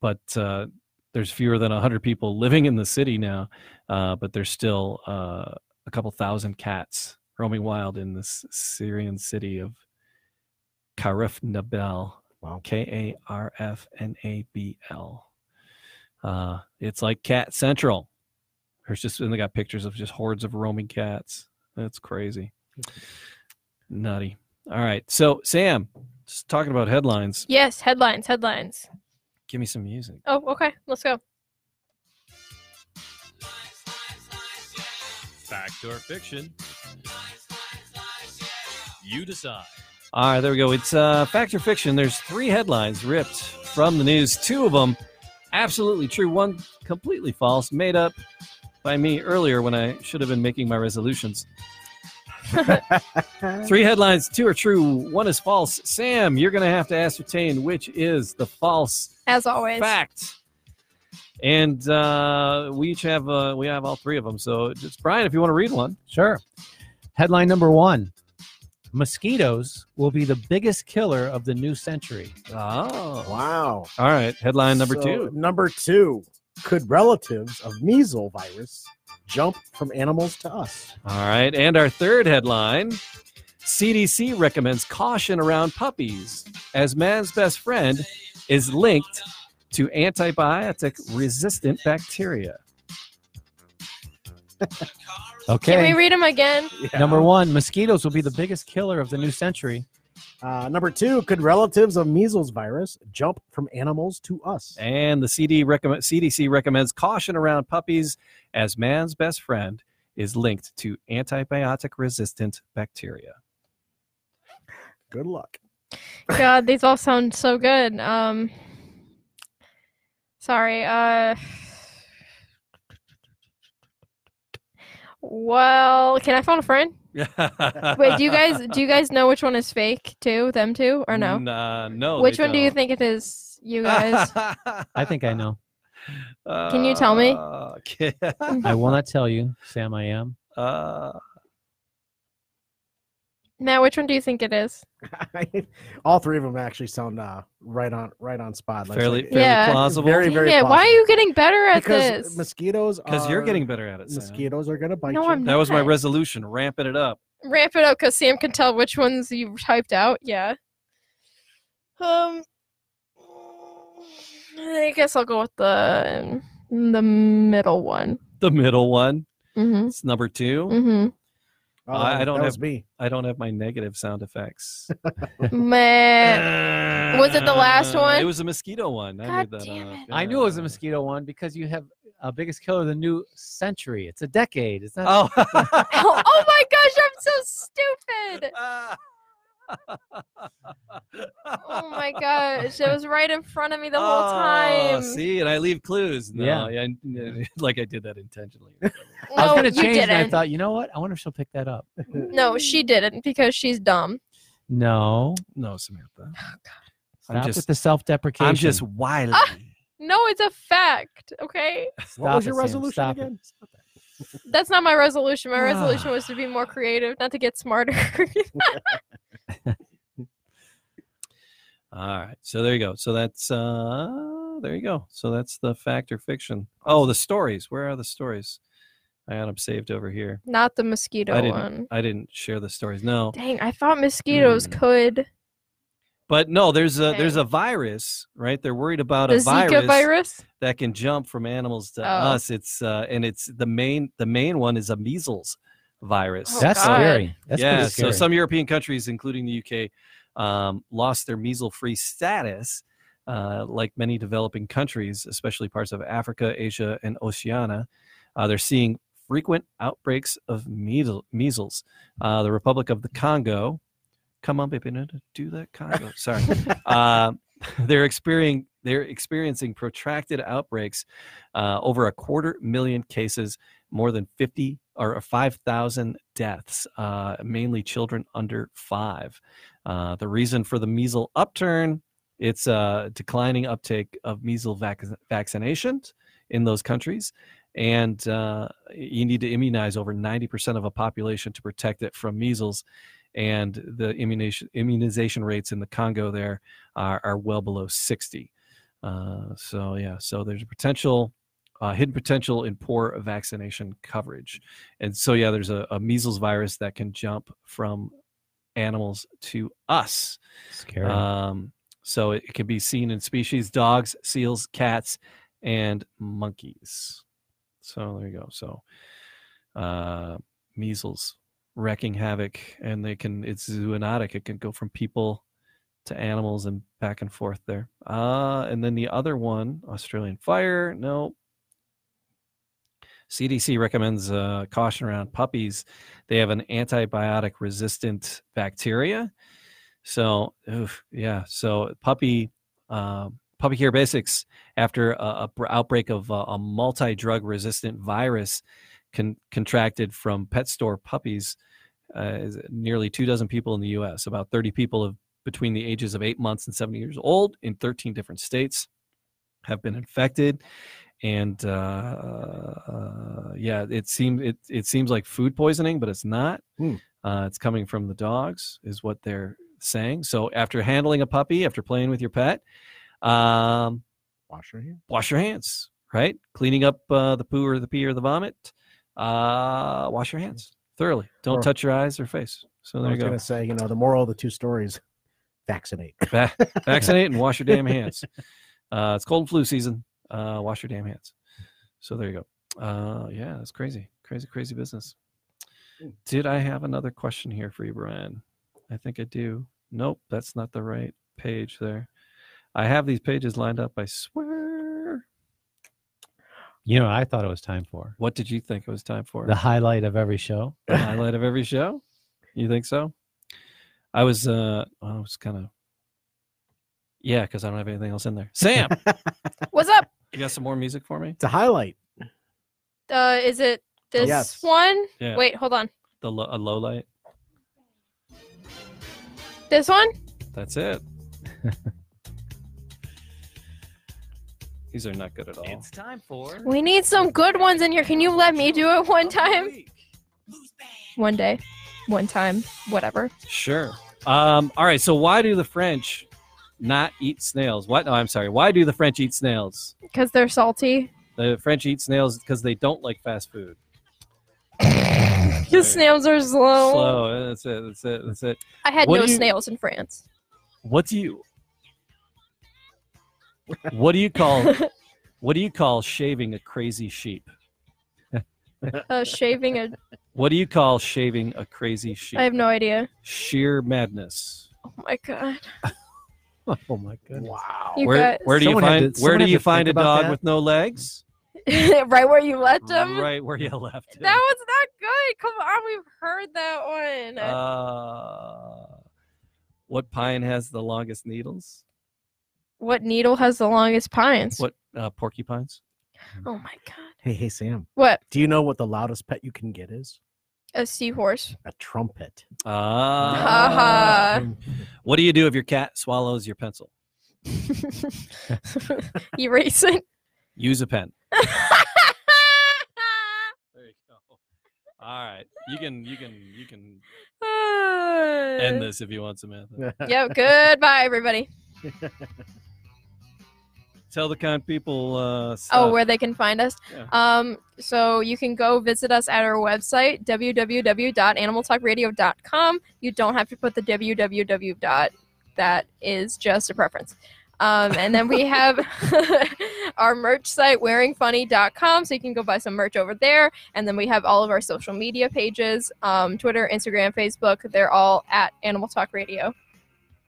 Speaker 2: but uh, there's fewer than hundred people living in the city now. Uh, but there's still uh, a couple thousand cats roaming wild in this Syrian city of Karif Nabel.
Speaker 4: Wow.
Speaker 2: K A R F N A B L. Uh, it's like Cat Central. There's just and they got pictures of just hordes of roaming cats. That's crazy. Nutty. All right. So Sam, just talking about headlines.
Speaker 5: Yes, headlines, headlines.
Speaker 2: Give me some music.
Speaker 5: Oh, okay, let's go.
Speaker 2: Fact or fiction? You decide. All right, there we go. It's uh, fact or fiction. There's three headlines ripped from the news. Two of them absolutely true, one completely false, made up by me earlier when I should have been making my resolutions. Three headlines, two are true, one is false. Sam, you're going to have to ascertain which is the false
Speaker 5: As always.
Speaker 2: fact. And uh, we each have uh, we have all three of them. So just Brian, if you want to read one.
Speaker 3: Sure. Headline number 1. Mosquitoes will be the biggest killer of the new century.
Speaker 2: Oh,
Speaker 4: Wow.
Speaker 2: All right. Headline number
Speaker 4: So,
Speaker 2: two.
Speaker 4: Number two. Could relatives of measles virus jump from animals to us?
Speaker 2: All right. And our third headline CDC recommends caution around puppies as man's best friend is linked to antibiotic resistant bacteria.
Speaker 3: Okay.
Speaker 5: Can we read them again?
Speaker 3: Number 1, mosquitoes will be the biggest killer of the new century.
Speaker 4: Uh, number two, could relatives of measles virus jump from animals to us?
Speaker 2: And the CD recommend, CDC recommends caution around puppies as man's best friend is linked to antibiotic resistant bacteria.
Speaker 4: Good luck.
Speaker 5: God, these all sound so good. Um, sorry. Uh, well, can I phone a friend? Wait, do you guys do you guys know which one is fake too? Them two or no?
Speaker 2: Nah, uh, no.
Speaker 5: which
Speaker 2: they
Speaker 5: one do you
Speaker 2: don't.
Speaker 5: think it is? You guys.
Speaker 3: I think I know.
Speaker 2: Can
Speaker 5: you tell me?
Speaker 3: I will not tell you, Sam I am.
Speaker 2: Uh,
Speaker 5: Matt, which one do you think it is?
Speaker 4: All three of them actually sound uh, right on right on spot. Like,
Speaker 2: fairly,
Speaker 4: it's
Speaker 2: fairly
Speaker 4: like-
Speaker 5: Yeah.
Speaker 2: plausible.
Speaker 4: Very, very
Speaker 5: yeah, why are
Speaker 4: plausible.
Speaker 5: you getting better at
Speaker 4: because
Speaker 5: this?
Speaker 4: mosquitoes
Speaker 2: Because
Speaker 3: Uh,
Speaker 2: you're
Speaker 4: are-
Speaker 2: getting better at it. Sam.
Speaker 4: mosquitoes are gonna bite
Speaker 5: No,
Speaker 4: you.
Speaker 5: I'm
Speaker 2: That was my
Speaker 5: Nice.
Speaker 2: resolution, ramping it up.
Speaker 5: Ramp it up because Sam can tell which ones you typed out. Yeah. Um, I guess I'll go with the the middle one.
Speaker 2: The middle one.
Speaker 5: Mm-hmm.
Speaker 2: It's number two.
Speaker 5: Mm-hmm.
Speaker 4: Oh,
Speaker 2: I-
Speaker 4: that-
Speaker 2: I don't have-
Speaker 4: that was me.
Speaker 2: I don't have my negative sound effects.
Speaker 5: Meh.
Speaker 2: was
Speaker 5: Eh, Was it the last one?
Speaker 2: Uh, It was a mosquito one. I made
Speaker 5: God
Speaker 2: that
Speaker 5: damn
Speaker 2: up.
Speaker 5: it.
Speaker 3: I knew it was a
Speaker 2: Yeah.
Speaker 3: mosquito one because you have a biggest killer of the new century. It's a decade. It's not
Speaker 2: Oh.
Speaker 5: oh, oh my gosh, I'm so stupid. Oh my gosh, it was right in front of me the whole
Speaker 2: Oh,
Speaker 5: time.
Speaker 2: See, and I leave clues. No,
Speaker 3: Yeah.
Speaker 2: yeah. I- like I did that intentionally.
Speaker 5: No,
Speaker 2: Oh,
Speaker 3: I was gonna
Speaker 5: you
Speaker 3: change, and I
Speaker 5: didn't.
Speaker 3: thought, you know what? I wonder if she'll pick that up.
Speaker 5: no, she didn't because she's dumb.
Speaker 3: No,
Speaker 2: no, Samantha. I'm
Speaker 3: stop
Speaker 2: just-
Speaker 3: with the self-deprecation.
Speaker 2: I'm just wily.
Speaker 5: Ah! No, it's a fact. Okay,
Speaker 4: what
Speaker 3: Stop
Speaker 4: was your
Speaker 3: it, Sam,
Speaker 4: resolution
Speaker 3: stop it.
Speaker 4: again?
Speaker 5: that's not my resolution. My resolution was to be more creative, not to get smarter.
Speaker 2: All right. So there you go. So that's uh there you go. So that's the fact or fiction. Oh, the stories. Where are the stories? I got them saved over here.
Speaker 5: not the mosquito
Speaker 2: I didn't.
Speaker 5: one.
Speaker 2: I didn't share the stories. No.
Speaker 5: Dang, I thought mosquitoes
Speaker 2: Hmm.
Speaker 5: could
Speaker 2: But no, there's a there's
Speaker 5: Dang.
Speaker 2: a virus, right? They're worried about
Speaker 5: the
Speaker 2: a virus,
Speaker 5: Zika virus.
Speaker 2: that can jump from animals to
Speaker 5: Oh.
Speaker 2: us. It's uh and it's the main the main one is a measles virus.
Speaker 5: Oh,
Speaker 3: That's
Speaker 5: God.
Speaker 3: scary. That's
Speaker 2: yeah,
Speaker 3: pretty scary.
Speaker 2: so some European countries, including the UK, um, lost their measles-free status, uh, like many developing countries, especially parts of Africa, Asia, and Oceania. Uh, they're seeing frequent outbreaks of measle- measles. Uh, the Republic of the Congo, come on, baby, no, no, do that Congo. Sorry, uh, they're experiencing they're experiencing protracted outbreaks, uh, over a quarter million cases more than 50 or 5,000 deaths, uh, mainly children under five. Uh, the reason for the measles upturn, it's a declining uptake of measles vac- vaccinations in those countries. And uh, you need to immunize over 90% of a population to protect it from measles. And the immunization, immunization rates in the Congo there are, are well below 60. Uh, so, yeah, so there's a potential uh, hidden potential in poor vaccination coverage. And so, yeah, there's a, a measles virus that can jump from animals to us.
Speaker 3: scary.
Speaker 2: Um, so it, it can be seen in species dogs, seals, cats, and monkeys. So there you go. So uh, measles wrecking havoc, and they can it's zoonotic. It can go from people to animals and back and forth there. Uh, and then the other one, Australian fire. No. CDC recommends uh, caution around puppies. They have an antibiotic resistant bacteria. So, oof, yeah. So, puppy, uh, puppy care basics after a, a br- outbreak of uh, a multi drug resistant virus con- contracted from pet store puppies. Uh, is nearly two dozen people in the U.S. About 30 people of between the ages of eight months and 70 years old in 13 different states have been infected. And uh, uh, yeah, it seems it, it seems like food poisoning, but it's not.
Speaker 4: Hmm.
Speaker 2: Uh, it's coming from the dogs, is what they're saying. So after handling a puppy, after playing with your pet, um,
Speaker 4: Wash your hands.
Speaker 2: wash your hands, right? Cleaning up uh, the poo or the pee or the vomit, uh, wash your hands thoroughly. Don't
Speaker 4: Or-
Speaker 2: touch your eyes or face. So
Speaker 4: I
Speaker 2: there you
Speaker 4: was
Speaker 2: go.
Speaker 4: gonna say, you know, the moral of the two stories: vaccinate.
Speaker 2: Va- vaccinate and wash your damn hands. Uh, it's cold and flu season. Uh, wash your damn hands. So there you go. Uh, yeah, that's crazy, crazy, crazy business. Did I have another question here for you, Brian? I think I do. Nope, that's not the right page there. I have these pages lined up. I swear.
Speaker 3: you know, what I thought it was time for
Speaker 2: What did you think it was time for?
Speaker 3: the highlight of every show.
Speaker 2: the highlight of every show. You think so? I was, uh, I was kind of, yeah, because I don't have anything else in there. Sam,
Speaker 5: What's up?
Speaker 2: you got some more music for me?
Speaker 4: It's a highlight.
Speaker 5: Uh, is it this
Speaker 4: Yes.
Speaker 5: one?
Speaker 2: Yeah.
Speaker 5: Wait, hold on.
Speaker 2: The lo- a low light.
Speaker 5: This one?
Speaker 2: That's it. These are not good at all.
Speaker 3: time for
Speaker 5: We need some good ones in here. Can you let me do it one time? One day. One time. Whatever.
Speaker 2: Sure. Um, all right. So why do the French not eat snails? What? No, I'm sorry. Why do the French eat snails?
Speaker 5: Because they're salty.
Speaker 2: The French eat snails because they don't like fast food.
Speaker 5: Because snails are slow.
Speaker 2: Slow. That's it. That's it. That's it.
Speaker 5: I had
Speaker 2: What
Speaker 5: no
Speaker 2: do you-
Speaker 5: snails in France.
Speaker 2: What do you? What do you call? What do you call shaving a crazy sheep?
Speaker 5: Uh, shaving a.
Speaker 2: What do you call shaving a crazy sheep?
Speaker 5: I have no idea.
Speaker 2: Sheer madness.
Speaker 5: Oh my god.
Speaker 3: Oh my goodness.
Speaker 4: Wow.
Speaker 5: You
Speaker 2: where,
Speaker 5: got
Speaker 2: where do you
Speaker 3: Someone had
Speaker 2: find
Speaker 3: to-
Speaker 2: where
Speaker 3: someone
Speaker 2: do
Speaker 3: had
Speaker 2: you
Speaker 3: to
Speaker 2: find
Speaker 3: think
Speaker 2: a
Speaker 3: about
Speaker 2: dog
Speaker 3: that.
Speaker 2: with no legs?
Speaker 5: right where you left them.
Speaker 2: Right where you left it.
Speaker 5: That was not good. Come on, we've heard that one.
Speaker 2: Uh, What pine has the longest needles?
Speaker 5: What needle has the longest pines?
Speaker 2: What uh, porcupines?
Speaker 5: Oh my god.
Speaker 4: Hey, hey, Sam.
Speaker 5: What?
Speaker 4: Do you know what the loudest pet you can get is?
Speaker 5: A seahorse.
Speaker 4: A trumpet.
Speaker 2: Uh, Ah. what do you do if your cat swallows your pencil?
Speaker 5: Erase it.
Speaker 2: Use a pen. There you go. All right, you can you can you can
Speaker 5: Uh,
Speaker 2: end this if you want, Samantha.
Speaker 5: Yep. Goodbye, everybody.
Speaker 2: Tell the kind people. Uh,
Speaker 5: Oh,
Speaker 2: stuff.
Speaker 5: where they can find us.
Speaker 2: Yeah.
Speaker 5: Um, so you can go visit us at our website, www.animaltalkradio.com. You don't have to put the www. dot. That is just a preference. Um, and then we have our merch site, wearingfunny.com, so you can go buy some merch over there. And then we have all of our social media pages um, Twitter, Instagram, Facebook. They're all at Animal Talk Radio.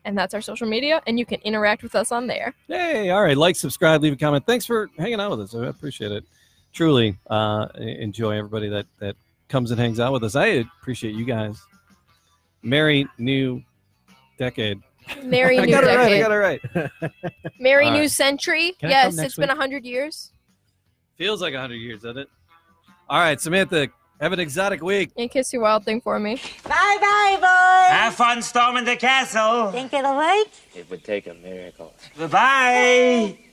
Speaker 5: And that's our social media, and you can interact with us on there.
Speaker 2: Hey, all right. Like, subscribe, leave a comment. Thanks for hanging out with us. I appreciate it. Truly uh, enjoy everybody that, that comes and hangs out with us. I appreciate you guys. Merry new decade.
Speaker 5: Merry
Speaker 2: I
Speaker 5: New
Speaker 2: got it right. I
Speaker 5: Decade.
Speaker 2: got it right.
Speaker 5: Merry
Speaker 2: All
Speaker 5: New
Speaker 2: right.
Speaker 5: Century.
Speaker 3: Can I come
Speaker 5: yes,
Speaker 3: next
Speaker 5: it's been
Speaker 3: week?
Speaker 5: been 100 years.
Speaker 2: Feels like 100 years, doesn't it? All right, Samantha, have an exotic week.
Speaker 5: And kiss your wild thing for me.
Speaker 6: Bye bye, boys.
Speaker 7: Have fun storming the castle.
Speaker 6: Think it'll wait?
Speaker 8: It would take a miracle.
Speaker 7: Goodbye.